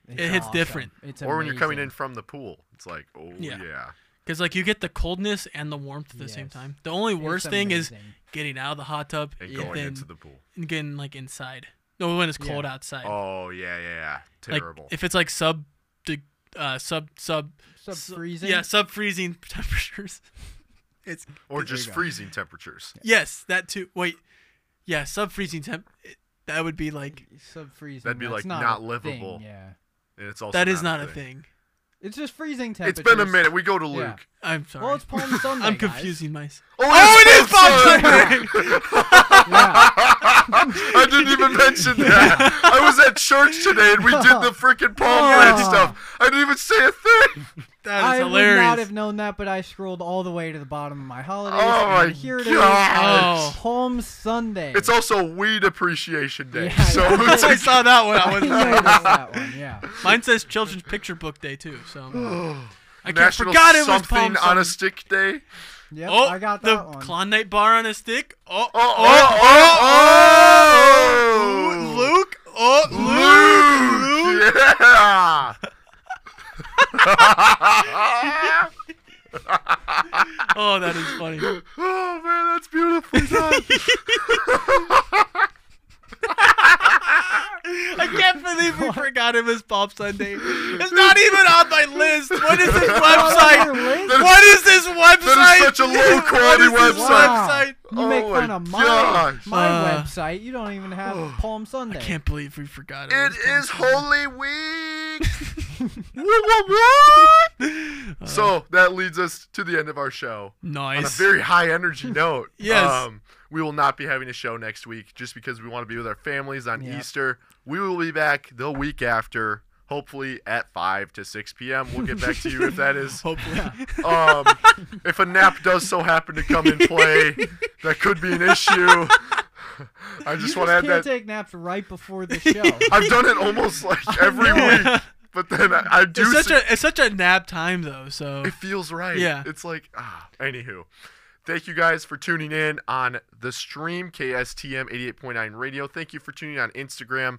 Speaker 3: it's
Speaker 2: it hits
Speaker 3: awesome.
Speaker 2: different.
Speaker 3: It's
Speaker 1: or when you're coming in
Speaker 3: amazing.
Speaker 1: from the pool. It's like, oh yeah.
Speaker 2: Yeah. Because like you get the coldness and the warmth at the same
Speaker 3: Yes.
Speaker 2: time. The only
Speaker 3: It's
Speaker 2: worst thing is
Speaker 3: amazing.
Speaker 2: getting out of the hot tub
Speaker 1: And
Speaker 2: and
Speaker 1: going
Speaker 2: then
Speaker 1: into the pool.
Speaker 2: and getting like inside. No, when it's
Speaker 3: Yeah.
Speaker 2: cold outside.
Speaker 1: Oh yeah, yeah, yeah.
Speaker 2: like
Speaker 1: Terrible.
Speaker 2: if it's like sub, de- uh, sub sub
Speaker 3: sub
Speaker 2: su-
Speaker 3: freezing.
Speaker 2: Yeah, sub freezing temperatures. It's
Speaker 1: or
Speaker 3: There you
Speaker 1: just
Speaker 3: go.
Speaker 1: freezing temperatures.
Speaker 2: yes, that too. Wait, yeah, sub freezing temp. it- That would be like
Speaker 3: Sub freezing.
Speaker 1: That'd be,
Speaker 3: that's
Speaker 1: like,
Speaker 3: not,
Speaker 1: not
Speaker 3: a
Speaker 1: livable.
Speaker 3: Thing, yeah.
Speaker 1: And it's also
Speaker 2: that is not a thing.
Speaker 3: It's just freezing
Speaker 1: It's
Speaker 3: temperatures.
Speaker 1: been a minute. We go to Luke.
Speaker 3: Yeah.
Speaker 2: I'm sorry.
Speaker 3: Well, it's Palm Sunday.
Speaker 2: I'm
Speaker 3: guys.
Speaker 2: confusing myself.
Speaker 1: Oh,
Speaker 2: it is Palm
Speaker 3: Yeah.
Speaker 1: I didn't even mention that. I was at church today and we did the freaking Palm Branch
Speaker 3: Oh.
Speaker 1: stuff. I didn't even say a thing.
Speaker 2: That is
Speaker 3: I
Speaker 2: hilarious.
Speaker 3: would not have known that, but I scrolled all the way to the bottom of my holidays.
Speaker 1: Oh
Speaker 3: and
Speaker 1: my
Speaker 3: here it is.
Speaker 1: gosh.
Speaker 2: Oh.
Speaker 3: Palm Sunday.
Speaker 1: It's also Weed Appreciation Day.
Speaker 3: Yeah,
Speaker 1: so
Speaker 3: yeah.
Speaker 1: it's
Speaker 2: I
Speaker 1: like,
Speaker 2: saw that one. I
Speaker 3: I
Speaker 2: was
Speaker 3: noticed that one. Yeah.
Speaker 2: Mine says Children's Picture Book Day too. So I'm- I can't,
Speaker 1: National
Speaker 2: forgot it was
Speaker 1: something
Speaker 2: Palm
Speaker 1: on a
Speaker 2: Sunday.
Speaker 1: stick day.
Speaker 3: Yep,
Speaker 2: Oh,
Speaker 3: I got
Speaker 2: the
Speaker 3: that one.
Speaker 2: Klondike bar on a stick. Oh,
Speaker 1: Oh, oh, oh, oh,
Speaker 2: Luke. Oh, Luke.
Speaker 1: Luke, yeah.
Speaker 2: Oh, that is funny.
Speaker 1: Oh man, that's beautifully done.
Speaker 2: I can't believe we forgot it was Palm Sunday. It's not even on my list. What is this
Speaker 3: Oh,
Speaker 2: website?
Speaker 3: your list?
Speaker 2: What is this website?
Speaker 1: such a low
Speaker 2: What is
Speaker 1: quality
Speaker 2: this
Speaker 1: website.
Speaker 2: website?
Speaker 3: You make
Speaker 1: Oh
Speaker 3: fun
Speaker 1: my
Speaker 3: of my,
Speaker 1: gosh.
Speaker 3: my
Speaker 2: Uh,
Speaker 3: website. You don't even have Palm Sunday.
Speaker 2: I can't believe we forgot it.
Speaker 1: it is
Speaker 2: was Palm Sunday.
Speaker 1: Holy Week. Woo, woo, woo. so that leads us to the end of our show. on a
Speaker 2: Nice.
Speaker 1: very high energy note. um,
Speaker 2: Yes.
Speaker 1: we will not be having a show next week just because we want to be with our families on
Speaker 3: Yep.
Speaker 1: Easter. We will be back the week after, hopefully at 5 to 6 p.m. We'll get back to you if that is.
Speaker 2: Hopefully.
Speaker 1: Um, if a nap does so happen to come in play, that could be an issue. I
Speaker 3: You
Speaker 1: just want to add
Speaker 3: can't
Speaker 1: that.
Speaker 3: take naps right before the show.
Speaker 1: I've done it almost like every week, but then I, I do.
Speaker 2: it's such
Speaker 1: see-
Speaker 2: a it's such a nap time though. So
Speaker 1: It feels right.
Speaker 2: Yeah.
Speaker 1: It's like ah. Anywho, thank you guys for tuning in on the stream KSTM 88.9 Radio. Thank you for tuning in on Instagram.